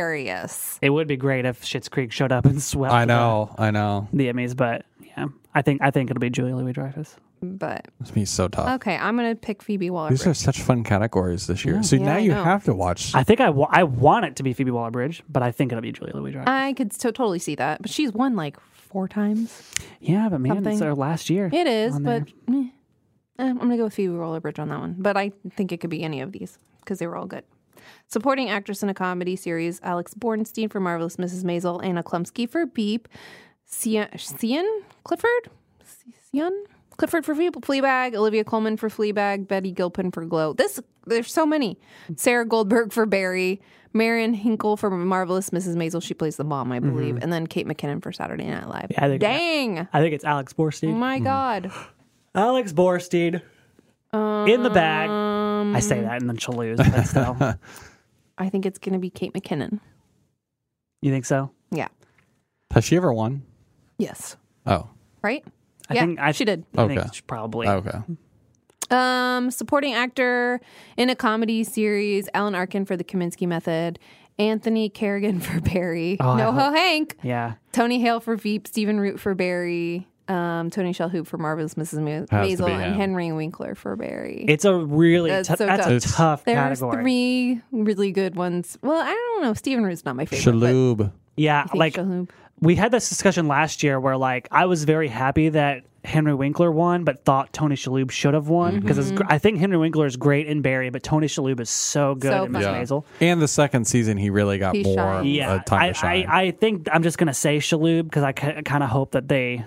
S1: hilarious.
S3: it would be great if Schitt's Creek showed up and swept.
S2: I know. I know.
S3: the, the Emmys, but yeah, I think I think it'll be Julia Louis-Dreyfus.
S1: But,
S2: It's be so tough.
S1: okay, I'm going to pick Phoebe Waller
S2: These
S1: Bridge.
S2: are such fun categories this year. so
S1: Yeah,
S2: now
S1: I
S2: you
S1: know.
S2: have to watch.
S3: I think I wa- I want it to be Phoebe Waller-Bridge, but I think it'll be Julia Louis-Dreyfus.
S1: I could so totally see that. But she's won like four times.
S3: yeah, but man, it's
S1: something-
S3: our last year.
S1: It is,
S3: on
S1: but eh. Eh, I'm gonna go with Phoebe Roller Bridge on that one. But I think it could be any of these because they were all good. Supporting actress in a comedy series: Alex Bornstein for Marvelous Mrs. Maisel, Anna Klumsky for Beep, Cian, Cian Clifford, Cian Clifford for Fle- Fleabag, Olivia Colman for Fleabag, Betty Gilpin for Glow. This there's so many.
S3: Hmm.
S1: Sarah Goldberg for Barry, Marion Hinkle for Marvelous Mrs. Maisel. She plays the mom, I believe, and then Kate McKinnon for Saturday Night Live.
S3: Mm-hmm. Yeah, I think- Mm-hmm.
S1: Dang, Oh
S3: I think it's Alex Borstein.
S1: my God.
S3: Alex Borstein in the bag. I
S1: Mm-hmm.
S3: say that and then she'll lose, but still.
S1: Um, I think it's going to be Kate McKinnon.
S3: you think so?
S1: Yeah.
S2: Has she ever won?
S1: Yes.
S2: Oh,
S1: Right?
S3: I
S1: yeah,
S3: think I,
S1: she did.
S3: I think
S2: Okay. Oh.
S3: she probably.
S2: okay.
S1: Um, supporting actor in a comedy series, Alan Arkin for The Kaminsky Method, Anthony Kerrigan for Barry,
S3: Oh, I
S1: Noho
S3: hope-
S1: Hank,
S3: Yeah.
S1: Tony Hale for Veep, Stephen Root for Barry, um, Tony Shelhoop for Marvelous Mrs. Ma-
S2: Has to
S1: Maisel,
S2: be
S1: and
S2: him.
S1: Henry Winkler for Barry.
S3: It's a really
S1: That's
S3: tou-
S1: so
S3: that's
S1: tough.
S3: a
S2: It's-
S3: tough
S1: There's
S3: category.
S1: three really good ones. Well, I don't know. Stephen Root's not my favorite. but
S2: Shaloub.
S3: yeah,
S1: I think
S3: like
S1: Shalhoub.
S3: we had this discussion last year where like I was very happy that Henry Winkler won, but thought Tony Shalhoub should have won
S1: Mm-hmm.
S3: because I think Henry Winkler is great in Barry, but Tony Shalhoub is so good
S1: So
S3: in Miss
S1: funny. Yeah.
S3: Maisel.
S2: And the second season, he really got
S1: He
S2: more
S1: shined.
S3: Yeah,
S2: uh, time
S3: I,
S2: to shine.
S3: I, I think I'm just gonna say Shalhoub because I kind of hope that they,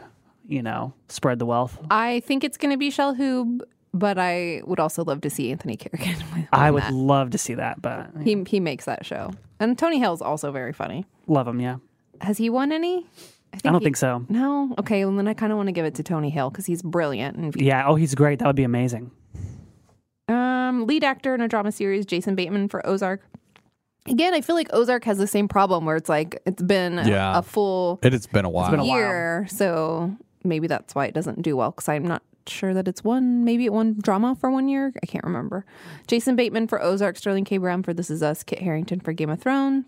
S3: you know, spread the wealth.
S1: I think it's going to be Shalhoub, but I would also love to see Anthony Kerrigan. win
S3: I
S1: that.
S3: would love to see that, but
S1: He he makes that show, and Tony Hale's also very funny.
S3: love him. Yeah,
S1: Has he won any? think
S3: I don't
S1: he-
S3: think so.
S1: No. Okay. Well, then I kind of want to give it to Tony Hale because he's brilliant. And
S3: Yeah. Oh, he's great. That would be amazing.
S1: um, lead actor in a drama series, Jason Bateman for Ozark. Again, I feel like Ozark has the same problem where it's like it's been a-
S2: Yeah.
S1: a full
S2: it, it's been a while.
S3: been a while.
S1: year, so maybe that's why it doesn't do well. Because I'm not sure that it's one, maybe it won drama for one year. I can't remember. Jason Bateman for Ozark, Sterling K. Brown for This Is Us, Kit Harrington for Game of Thrones,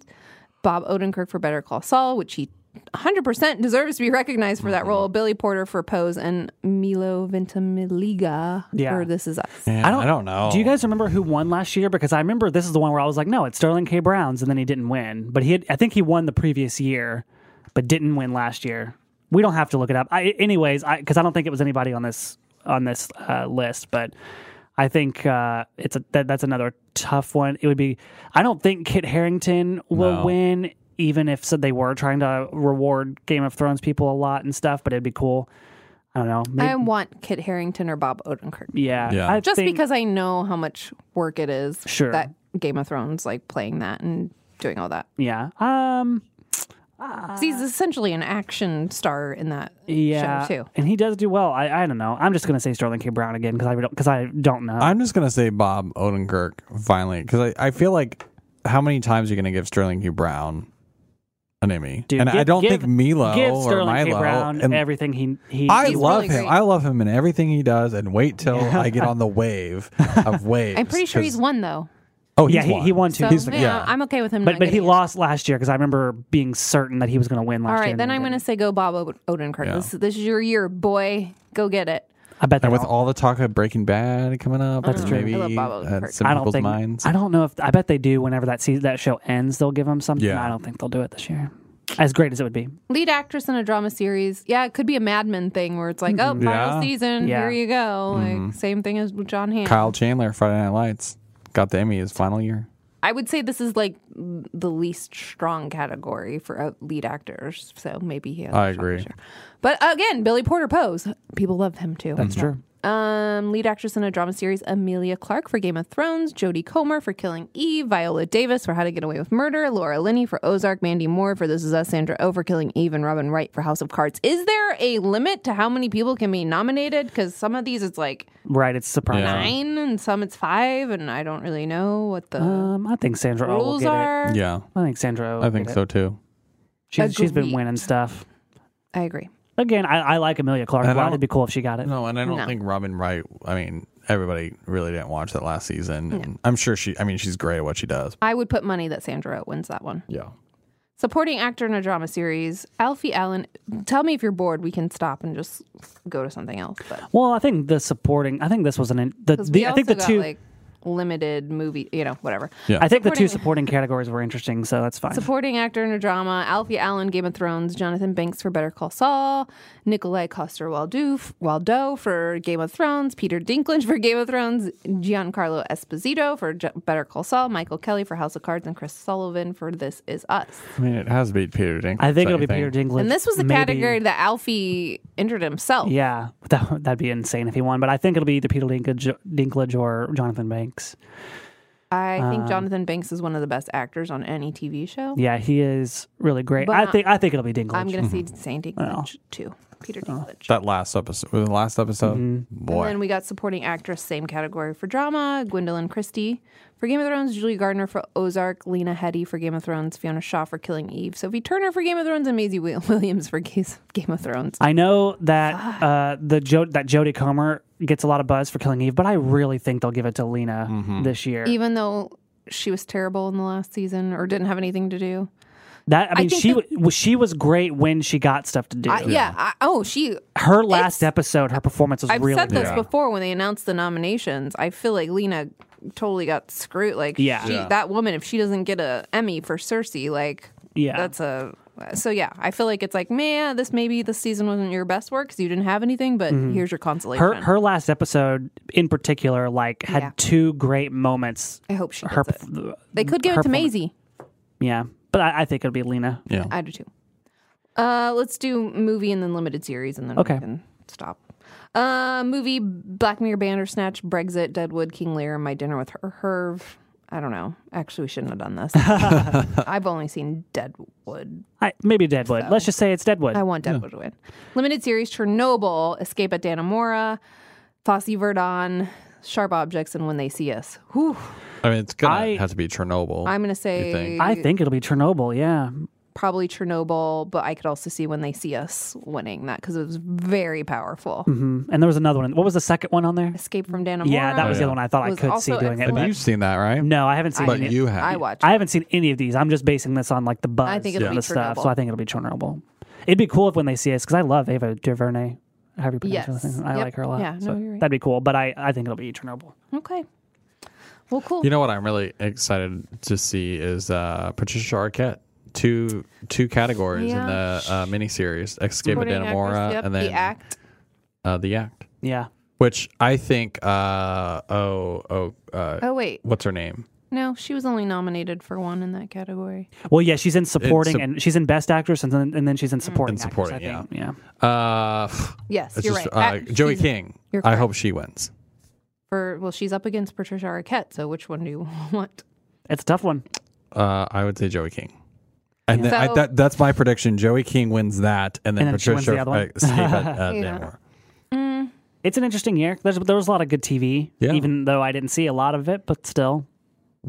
S1: Bob Odenkirk for Better Call Saul, which he 100% deserves to be recognized for that role, Billy Porter for Pose, and Milo Ventimiglia
S3: Yeah.
S1: for This Is Us.
S2: Man, I, don't, know.
S3: Do you guys remember who won last year? Because I remember this is the one where I was like, no, it's Sterling K. Brown's, and then he didn't win. But he, had, I think he won the previous year, but didn't win last year. We don't have to look it up. I, anyways, because I, don't think it was anybody on this on this uh, list, but I think uh, it's a, that, that's another tough one. It would be. I don't think Kit Harrington will
S2: No.
S3: win, even if so they were trying to reward Game of Thrones people a lot and stuff. But it'd be cool. I don't know. Maybe,
S1: I want Kit Harrington or Bob Odenkirk.
S3: yeah,
S2: Yeah.
S3: I
S1: Just
S3: think-
S1: because I know how much work it is.
S3: Sure.
S1: That Game of Thrones, like playing that and doing all that.
S3: Yeah. Um.
S1: 'Cause he's essentially an action star in that
S3: yeah,
S1: show, too.
S3: And he does do well. I, I don't know. I'm just gonna say Sterling K. Brown again because I don't because I don't know.
S2: I'm just gonna say Bob Odenkirk finally because I, I feel like how many times are you gonna give Sterling K. Brown an Emmy?
S3: Dude,
S2: and I
S3: give-
S2: don't
S3: give-
S2: think Milo
S3: give
S2: or
S3: Sterling
S2: Milo.
S3: K. Brown
S2: and
S3: everything he he.
S2: I
S1: He's
S2: love
S1: really
S2: him.
S1: great.
S2: I love him in everything he does. And wait till I get on the wave of waves.
S1: I'm pretty sure he's
S2: 'cause-
S1: won, though.
S2: Oh, he's
S3: yeah, he, he won too.
S1: So,
S2: He's-
S1: yeah,
S2: yeah.
S1: I'm okay with him.
S3: but
S1: not
S3: but he
S1: getting it.
S3: lost last year because I remember being certain that he was gonna win last
S1: All
S3: year.
S1: right,
S3: and
S1: then
S3: he
S1: I'm going to
S3: didn't.
S1: say go Bob Od- Odenkirk.
S2: Yeah.
S1: This, this is your year, boy. Go get it.
S3: I bet
S2: And
S3: they
S2: with
S3: don't-
S2: all the talk of Breaking Bad coming up,
S3: That's
S2: and
S3: true.
S2: Maybe
S1: I love Bob
S2: uh,
S1: Odenkirk.
S2: some
S3: I don't
S2: people's
S3: think
S2: minds.
S3: I don't know if I bet they do. Whenever that season, that show ends, they'll give him something.
S2: Yeah.
S3: I don't think they'll do it this year. As great as it would be,
S1: Lead actress in a drama series. Yeah, it could be a Mad Men thing where it's like, oh,
S2: Mm-hmm. Yeah. Mm-hmm.
S1: final season.
S3: Yeah.
S1: Here you go. Like same thing as with John Hamm.
S2: Kyle Chandler, Friday Night Lights, got the Emmy his final year.
S1: I would say this is like the least strong category for uh, lead actors. So maybe he. Has
S2: I
S1: a shot
S2: agree.
S1: this year. But again, Billy Porter Pose. People love him too.
S2: Mm-hmm.
S3: that's true.
S1: Um, lead actress in a drama series Amelia Clark for Game of Thrones, Jodie Comer for Killing Eve, Viola Davis for How to Get Away with Murder, Laura Linney for Ozark, Mandy Moore for This Is Us, Sandra O for Killing Eve, and Robin Wright for House of Cards. Is there a limit to how many people can be nominated? Because some of these it's like
S3: Right? It's surprising.
S2: Yeah.
S1: nine, and some it's five, and I don't really know what the
S3: Um, I think Sandra Oh will
S1: rules
S3: get
S1: are.
S2: Yeah,
S3: it. I think Sandra. Oh will
S2: I think
S3: get it.
S2: so too.
S3: She's, she's been
S1: Agreed.
S3: winning stuff.
S1: I agree.
S3: Again, I, I like Amelia Clark.
S2: And
S3: a lot.
S2: I don't-
S3: It'd be cool if she got it.
S2: No, and I don't
S1: No.
S2: think Robin Wright. I mean, everybody really didn't watch that last season. And I'm sure she. I mean, she's great at what she does.
S1: I would put money that Sandra Oh wins that one.
S2: Yeah.
S1: Supporting actor in a drama series, Alfie Allen. Tell me if you're bored. We can stop and just go to something else. But
S3: Well, I think the supporting. I think this was an. in- The,
S1: 'Cause we
S3: the I think the
S1: also got,
S3: two.
S1: like limited movie, you know, whatever.
S2: Yeah.
S3: I think the two
S1: supporting-
S3: supporting categories were interesting, so that's fine.
S1: Supporting actor in a drama: Alfie Allen, Game of Thrones; Jonathan Banks for Better Call Saul; Nikolai Coster Waldo Waldo for Game of Thrones; Peter Dinklage for Game of Thrones; Giancarlo Esposito for J- Better Call Saul; Michael Kelly for House of Cards; and Chris Sullivan for This Is Us.
S2: I mean, it has to be Peter Dinklage.
S3: I think
S2: don't
S3: it'll be
S2: you
S3: Peter Dinklage.
S1: And this was the
S3: maybe-
S1: category that Alfie entered himself.
S3: Yeah, that, that'd be insane if he won. But I think it'll be either Peter Dinklage, Dinklage or Jonathan Banks.
S1: I think Jonathan Banks is one of the best actors on any TV show.
S3: uh, Yeah, he is really great.
S1: But
S3: I
S1: I-
S3: think I think it'll be Dinklage.
S1: I'm going to see Saint Dinklage too. Peter Dinklage.
S2: That last episode. was it The last episode. Boy.
S1: Mm-hmm. And then we got supporting actress, same category for drama, Gwendolyn Christie for Game of Thrones, Julie Gardner for Ozark, Lena Headey for Game of Thrones, Fiona Shaw for Killing Eve, Sophie Turner for Game of Thrones, and Maisie Wi- Williams for Case- Game of Thrones.
S3: I know that uh, the jo- that Jodie Comer gets a lot of buzz for Killing Eve, but I really think they'll give it to Lena
S2: Mm-hmm.
S3: this year.
S1: Even though she was terrible in the last season or didn't have anything to do.
S3: that I mean,
S1: think
S3: she
S1: that-
S3: w- she was great when she got stuff to do.
S1: I, yeah. I, oh, she.
S3: her last episode, her performance was
S1: I've
S3: really
S1: said
S3: good.
S1: this before when they announced the nominations. I feel like Lena totally got screwed. Like,
S3: Yeah.
S1: she-
S3: Yeah.
S1: that woman, if she doesn't get a Emmy for Cersei, like,
S3: Yeah,
S1: that's a so yeah i feel like it's like man this maybe this season wasn't your best work because you didn't have anything but here's your consolation
S3: Mm-hmm. her her last episode in particular, like had
S1: Yeah.
S3: two great moments.
S1: i hope she
S3: Her,
S1: gets it.
S3: perf-
S1: they could give
S3: her
S1: it to
S3: performance-
S1: Maisie.
S3: yeah, but I, I think it'll be Lena.
S2: yeah.
S1: i do too uh let's do movie and then limited series and then
S3: Okay.
S1: we can stop uh movie black mirror bandersnatch brexit deadwood king lear my dinner with her herve i don't know actually we shouldn't have done this i've only seen deadwood
S3: I, maybe Deadwood. Let's just say it's Deadwood.
S1: I want Deadwood to win. Limited series Chernobyl, Escape at Dannemora, Fosse Verdon, Sharp Objects, and When They See Us. Whew.
S2: I mean, it's gonna
S3: I-
S2: have to be Chernobyl.
S1: I'm going to say
S2: think?
S3: I think it'll be Chernobyl. Yeah,
S1: probably Chernobyl, but I could also see when they see us winning that because it was very powerful.
S3: Mhm. And there was another one. What was the second one on there?
S1: Escape from Dannemora.
S3: Mm. Yeah, that was the
S2: yeah.
S3: other one I thought I
S1: Was
S3: could see
S1: also
S3: doing it.
S1: excellent.
S3: But
S2: You've seen that, right?
S3: no, I haven't seen.
S2: But
S3: any,
S2: you have.
S1: I watched.
S3: I haven't seen any of these. I'm just basing this on like the buzz
S1: I think it'll
S3: of
S1: be
S3: the stuff.
S1: Chernobyl.
S3: So I think it'll be Chernobyl. It'd be cool if when they see us because I love Ava DuVernay. However you pronounce her
S1: Yes.
S3: last name. I
S1: Yep.
S3: like her a lot.
S1: Yeah, no,
S3: so
S1: you're right.
S3: That'd be cool. But I, I think it'll be Chernobyl.
S1: okay. Well, cool.
S2: You know what I'm really excited to see is uh, Patricia Arquette. Two two categories in the uh, miniseries: Escape of
S1: Supporting
S2: Danamora
S1: actress, yep,
S2: and then
S1: the act.
S2: Uh, the Act,
S3: Yeah.
S2: which I think. Uh, oh oh, uh,
S1: Oh wait,
S2: what's her name?
S1: no, she was only nominated for one in that category.
S3: Well, yeah, she's in supporting
S2: sup-
S3: and she's in best actress and then and then she's in supporting.
S2: And
S3: actress, I
S2: supporting,
S3: think. yeah.
S2: Uh,
S1: Yes,
S2: it's
S1: you're
S2: just,
S1: right.
S2: uh,
S1: Act-
S2: Joey
S1: she's
S2: King.
S1: you're
S2: I
S1: correct.
S2: hope she wins.
S1: For well, she's up against Patricia Arquette. So which one do you want?
S3: It's a tough one.
S2: Uh, I would say Joey King. And then
S1: So-
S2: I, that, that's my prediction. Joey King wins that, and then,
S3: And then she wins
S2: Patricia
S3: the other one.
S2: uh, escape at, uh,
S1: Yeah.
S2: Namor.
S3: It's an interesting year. There's, there was a lot of good TV,
S2: Yeah.
S3: even though I didn't see a lot of it, but still.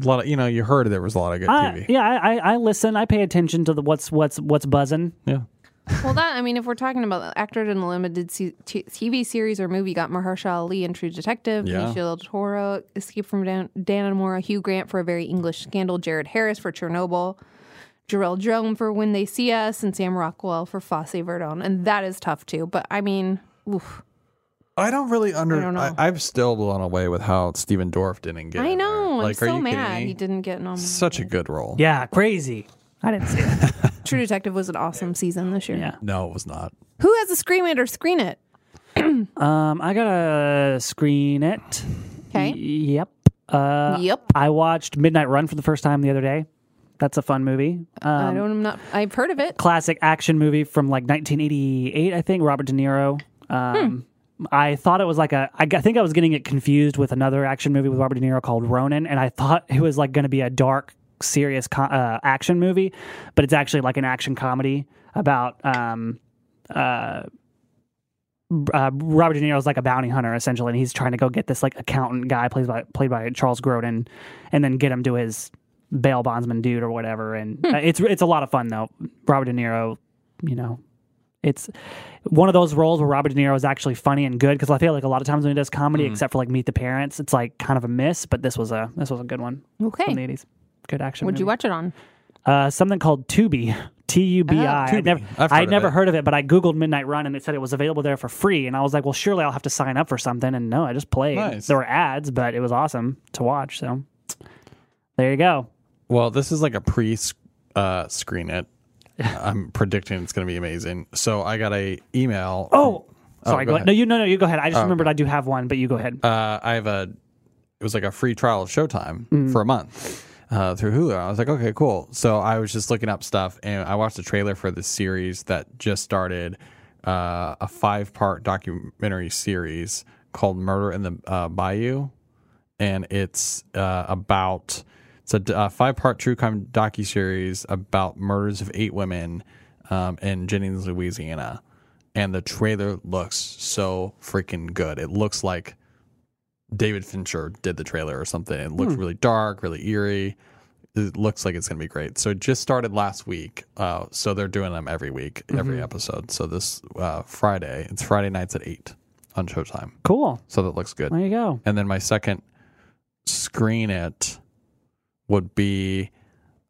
S2: A lot of you know you heard there was a lot of good
S3: I,
S2: TV.
S3: yeah, I, I, I listen. I pay attention to the what's what's what's buzzing.
S2: Yeah.
S1: Well, that I mean, if we're talking about the actor in a limited se- t- TV series or movie, got Mahershala Ali in True Detective,
S2: Yeah.
S1: Benicio del Toro, Escape from Dan, Dan and Mora, Hugh Grant for A Very English Scandal, Jared Harris for Chernobyl, Jarrell Jones for When They See Us, and Sam Rockwell for Fosse Verdon, and that is tough too. But I mean, oof.
S2: I don't really under. I
S1: don't know.
S2: I, am still blown away with how Steven Dorff didn't get.
S1: I
S2: in there.
S1: know.
S2: Like,
S1: I'm
S2: are
S1: so
S2: you kidding
S1: mad
S2: me?
S1: he didn't get nominated.
S2: Such a good role.
S3: Yeah, crazy. I didn't see it.
S1: True Detective was an awesome season this year.
S3: Yeah.
S2: No, it was not.
S1: Who has a scream it or screen it?
S3: um, I gotta screen it. Y-
S1: Okay.
S3: yep. Uh,
S1: Yep.
S3: I watched Midnight Run for the first time the other day. That's a fun movie. Um,
S1: I don't. I'm not. I've heard of it.
S3: classic action movie from like 1988, I think. Robert De Niro. Um, I thought it was like a. I g- I think I was getting it confused with another action movie with Robert De Niro called Ronin, and I thought it was like going to be a dark, serious co- uh, action movie, but it's actually like an action comedy about. Um, uh, uh, Robert De Niro is like a bounty hunter essentially, and he's trying to go get this like accountant guy played by played by Charles Grodin, and then get him to his bail bondsman dude or whatever. And
S1: Hmm.
S3: uh, it's it's a lot of fun though. Robert De Niro, you know, it's one of those roles where Robert De Niro is actually funny and good because I feel like a lot of times when he does
S1: Hmm.
S3: comedy, except for like Meet the Parents, it's like kind of a miss. But this was a this was a good one from the
S1: Okay.
S3: eighties. Good action.
S1: Would you
S2: Um,
S3: movie.
S1: watch it on?
S3: Uh, something called Tubi. T U B I. I
S2: Ah, Tubi.
S3: never,
S2: I've heard
S3: I'd
S2: of
S3: never
S2: it.
S3: heard of it, but I googled Midnight Run and it said it was available there for free. And I was like, well, surely I'll have to sign up for something. And no, I just played.
S2: Nice.
S3: There were ads, but it was awesome to watch. So there you go.
S2: Well, this is like a pre uh, screen it. I'm predicting it's going to be amazing. So I got a email. from-
S3: Oh, sorry.
S2: go
S3: go
S2: ahead. Oh,
S3: No, you no no you go ahead. I just remembered I do have one, but you go ahead.
S2: uh, I have a it was like a free trial of Showtime for a month uh, through Hulu. I was like, okay, cool. So I was just looking up stuff, and I watched the trailer for this series that just started, uh, a five part documentary series called Murder in the uh, Bayou, and it's uh, about it's a five part true crime docu series about murders of eight women um, in Jennings, Louisiana. And the trailer looks so freaking good. It looks like David Fincher did the trailer or something. It looks really dark, really eerie. It looks like it's going to be great. So it just started last week. Uh, so they're doing them every week, every episode. So this uh, Friday, it's Friday nights at 8 on Showtime.
S3: cool.
S2: So that looks good.
S3: There you go.
S2: And then my second screen it would be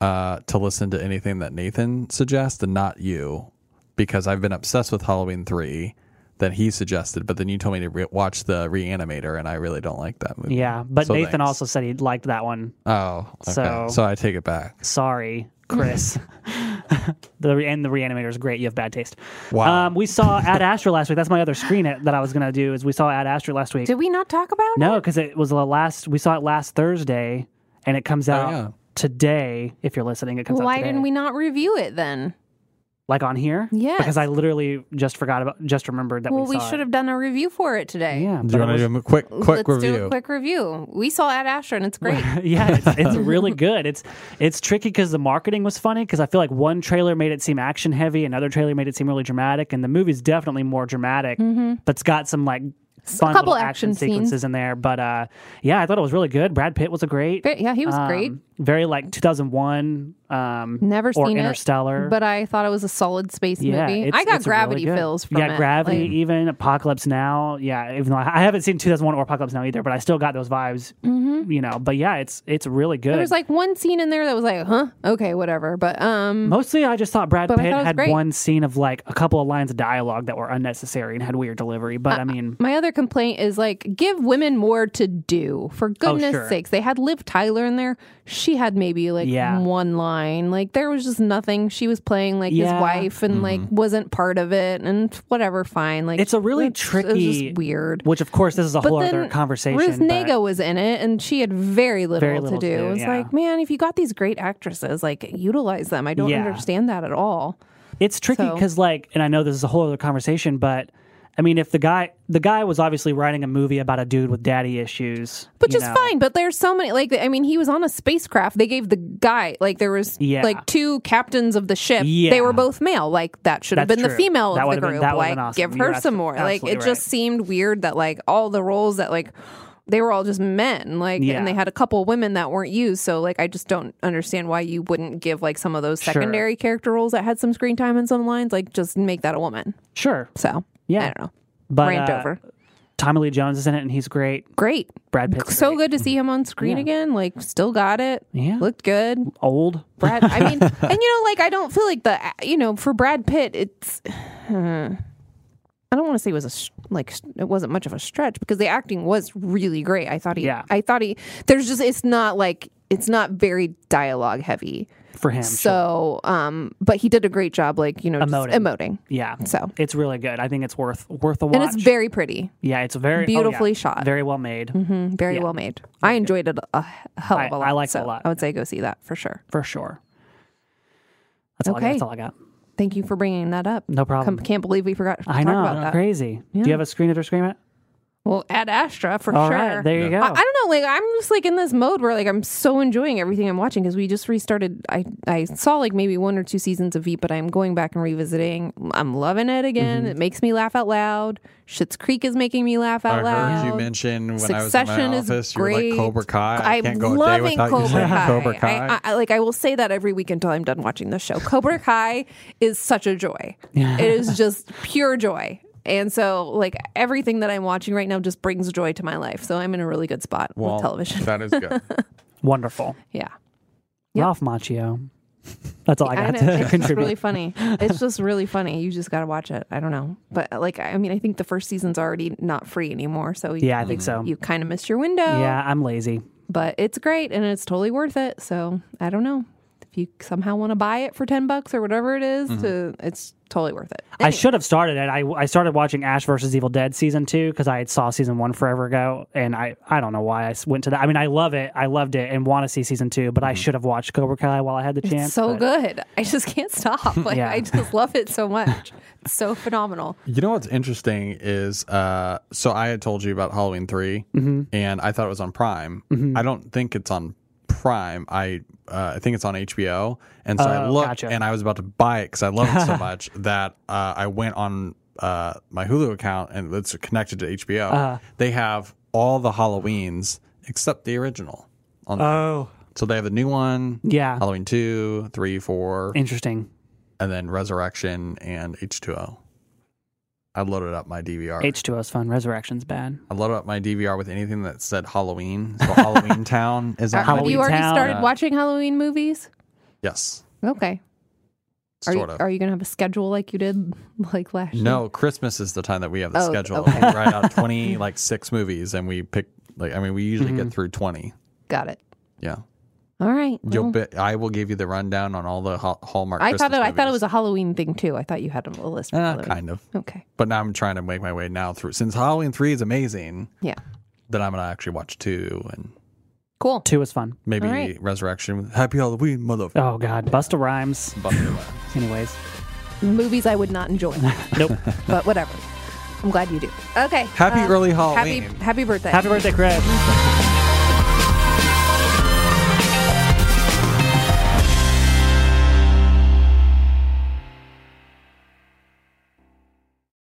S2: uh, to listen to anything that Nathan suggests and not you, because I've been obsessed with Halloween 3 that he suggested, but then you told me to re- watch The Reanimator, and I really don't like that movie.
S3: Yeah, but
S2: So
S3: Nathan
S2: thanks.
S3: also said he liked that one.
S2: Oh, okay.
S3: So-
S2: so, I take it back.
S3: Sorry, Chris. the re- and the reanimator is great. You have bad taste.
S2: Wow.
S3: Um, we saw Ad Astra last week. That's my other screen it that I was gonna do. Is we saw Ad Astra last week?
S1: Did we not talk about it?
S3: No, because it was the last. We saw it last Thursday, and it comes out
S2: Oh, yeah.
S3: today. If you're listening, it comes out.
S1: Why
S3: today.
S1: didn't we not review it then?
S3: Like on here?
S1: Yes.
S3: Because I literally just forgot about. Just remembered that
S1: Well,
S3: we,
S1: we
S3: saw
S1: should
S3: it.
S1: have done a review for it today.
S3: Yeah.
S2: Do
S3: but
S2: you
S3: it
S2: want to
S3: was-
S2: do a quick, quick
S1: Let's do
S2: review?
S1: a quick review. We saw Ad Astra and it's great.
S3: yeah, it's, it's really good. It's it's tricky because the marketing was funny because I feel like one trailer made it seem action heavy, another trailer made it seem really dramatic, and the movie's definitely more dramatic, but it's got some like fun
S1: Mm-hmm. couple
S3: little action,
S1: action scenes.
S3: sequences in there. But uh, yeah, I thought it was really good. Brad Pitt was a great.
S1: But yeah, he was great.
S3: Um, very like 2001 um
S1: Never
S3: or
S1: seen it,
S3: Interstellar.
S1: but I thought it was a solid space
S3: yeah,
S1: movie.
S3: it's-
S1: I got
S3: it's really
S1: gravity
S3: good.
S1: feels from
S3: yeah,
S1: it.
S3: Gravity,
S1: Like,
S3: even Apocalypse Now. Yeah, even though I I haven't seen 2001 or Apocalypse Now either, but I still got those vibes. You know, but yeah, it's it's really good.
S1: Mm-hmm. there's like one scene in there that was like, huh, okay, whatever. But um,
S3: Mostly, I just thought Brad
S1: But I
S3: Pitt
S1: thought it was
S3: had
S1: great.
S3: one scene of like a couple of lines of dialogue that were unnecessary and had weird delivery.
S1: Uh,
S3: But I mean,
S1: My other complaint is like give women more to do. For goodness
S3: Oh, sure.
S1: sakes. They had Liv Tyler in there. She had maybe like
S3: Yeah.
S1: one line. Like there was just nothing. She was playing like
S3: Yeah. Mm-hmm.
S1: his wife and like wasn't part of it and whatever, fine. Like
S3: It's a really
S1: it was
S3: tricky-
S1: just weird.
S3: which of course this is a
S1: But
S3: whole
S1: then
S3: other conversation.
S1: Ruth
S3: but-
S1: Nago was in it and she had very little,
S3: Very little
S1: to
S3: to
S1: do.
S3: do,
S1: It's
S3: yeah.
S1: like, man, if you got these great actresses, like utilize them. I don't
S3: Yeah.
S1: understand that at all.
S3: It's tricky
S1: So-
S3: because, like, and I know this is a whole other conversation, but I mean, if the guy, the guy was obviously writing a movie about a dude with daddy issues,
S1: Which
S3: you
S1: is
S3: know.
S1: fine, but there's so many. Like, I mean, he was on a spacecraft. They gave the guy like there was
S3: Yeah.
S1: like two captains of the ship.
S3: Yeah.
S1: They were both male. Like that should have
S3: That's
S1: been the
S3: true.
S1: female
S3: That
S1: of the
S3: would've been-
S1: group.
S3: that would've
S1: like,
S3: been awesome.
S1: give
S3: You're
S1: her
S3: abso-
S1: some more. Like, it
S3: absolutely
S1: just
S3: right.
S1: seemed weird that like all the roles that like they were all just men. Like,
S3: Yeah.
S1: and they had a couple women that weren't used. So like, I just don't understand why you wouldn't give like some of those
S3: Sure.
S1: secondary character roles that had some screen time and some lines. Like, just make that a woman.
S3: Sure,
S1: So
S3: Yeah.
S1: I don't know.
S3: but
S1: Rant
S3: uh,
S1: over.
S3: Tommy Lee Jones is in it, and he's great.
S1: Great.
S3: Brad Pitt's
S1: So
S3: great.
S1: good to see him on screen
S3: Yeah.
S1: again. Like, still got it.
S3: Yeah.
S1: Looked good.
S3: old.
S1: Brad. I mean, and you know, like I don't feel like the you know for Brad Pitt, it's. I don't want to say it was a s- like it wasn't much of a stretch because the acting was really great. I thought he,
S3: Yeah.
S1: I thought he. There's just it's not like it's not very dialogue heavy.
S3: for him. sure.
S1: So, um, but he did a great job, like you know, just
S3: Emoting.
S1: emoting.
S3: yeah,
S1: So.
S3: it's really good. I think it's worth worth a watch.
S1: And it's very pretty,
S3: yeah, it's very oh, yeah.
S1: beautifully shot.
S3: very well made
S1: mm, very well made. I enjoyed it a h- hell
S3: I-
S1: of a
S3: I
S1: lot.
S3: liked it a
S1: so
S3: lot,
S1: I would say go see that for sure.
S3: for sure. That's all, I got.
S1: Okay.
S3: That's all I got.
S1: Thank you for bringing that up.
S3: No problem.
S1: Com- can't believe we forgot to
S3: I
S1: talk
S3: know,
S1: about that.
S3: crazy. Do you have a screen it or scream it?
S1: Well, at Astra for
S3: All
S1: sure.
S3: right, there you go.
S1: I, I don't know. Like I'm just like in this mode where like I'm so enjoying everything I'm watching because we just restarted. I I saw like maybe one or two seasons of Veep, but I'm going back and revisiting. I'm loving it
S3: Mm-hmm.
S1: again. It makes me laugh out loud. Schitt's Creek is making me laugh out
S2: I
S1: loud.
S2: heard you mention when I was in
S1: Succession
S2: my
S1: is
S2: office, you were
S1: great.
S2: like Cobra Kai. I
S1: I'm
S2: can't go a day
S1: loving
S2: without you
S1: Cobra
S2: saying
S1: Kai.
S2: Cobra Kai.
S1: I, I, I- like I will say that every week until I'm done watching the show. Cobra Kai is such a joy. it is just pure joy. And so, like everything that I'm watching right now, just brings joy to my life. So I'm in a really good spot
S2: Well,
S1: with television.
S2: That is good.
S3: Wonderful.
S1: Yeah, Yep.
S3: Ralph Macchio. That's all I
S1: I
S3: got
S1: know.
S3: to
S1: It's just
S3: contribute.
S1: really funny. It's just really funny. You just got to watch it. I don't know, but like I mean, I think the first season's already not free anymore. So you,
S3: yeah, I think so.
S1: you kind of missed your window.
S3: Yeah, I'm lazy.
S1: but it's great and it's totally worth it. So I don't know if you somehow want to buy it for ten bucks or whatever it is, to, it's totally worth it.
S3: Mm-hmm. I should have started it. I, I started watching Ash versus Evil Dead season two because I had saw season one forever ago, and I, I don't know why I s- went to that. I mean, I love it. I loved it and want to see season two, but I should have watched Cobra Kai while I had the chance.
S1: It's so
S3: but-
S1: good. I just can't stop. Like
S3: Yeah.
S1: I just love it so much. It's so phenomenal.
S2: You know what's interesting is uh, so I had told you about Halloween 3
S3: Mm-hmm.
S2: and I thought it was on Prime. I don't think it's on Prime. I uh, I think it's on HBO. And so I
S3: Oh,
S2: looked
S3: gotcha.
S2: and I was about to buy it because I love it so much that uh, I went on uh, my Hulu account and it's connected to HBO.
S3: Uh-huh.
S2: They have all the Halloweens except the original. On
S3: Oh,
S2: so they have the new one,
S3: yeah.
S2: Halloween 2, 3, 4,
S3: Interesting.
S2: and then Resurrection and H2O. I loaded up my DVR.
S3: H two O's fun. Resurrection's bad.
S2: I loaded up my DVR with anything that said Halloween. So Halloween Town is on.
S1: Have
S3: Halloween
S1: you already
S3: Town.
S1: started
S2: Yeah.
S1: watching Halloween movies?
S2: Yes,
S1: Okay. Are you,
S2: sort of.
S1: are you gonna have a schedule like you did like last year?
S2: no, Christmas is the time that we have the
S1: Oh,
S2: schedule.
S1: okay.
S2: We write out twenty like six movies, and we pick like I mean we usually
S1: Mm-hmm.
S2: get through twenty.
S1: Got it.
S2: Yeah,
S1: All right.
S2: you'll.
S1: Well,
S2: Be, I will give you the rundown on all the ha- Hallmark.
S1: Oh. I thought
S2: Christmas
S1: it, I thought it
S2: movies.
S1: was a Halloween thing too. I thought you had a list. For
S2: Eh,
S1: Halloween.
S2: kind of,
S1: Okay.
S2: but now I'm trying to make my way now through. Since Halloween three is amazing,
S1: Yeah.
S2: then I'm gonna actually watch two and
S1: Cool.
S3: Two is fun.
S2: maybe
S1: All right.
S2: Resurrection. Happy Halloween, motherfucker.
S3: Oh God, Busta Rhymes. Anyways,
S1: Movies I would not enjoy.
S3: nope.
S1: but whatever. I'm glad you do. Okay. um,
S2: Happy early Halloween.
S1: Happy happy birthday.
S3: Happy birthday, Chris.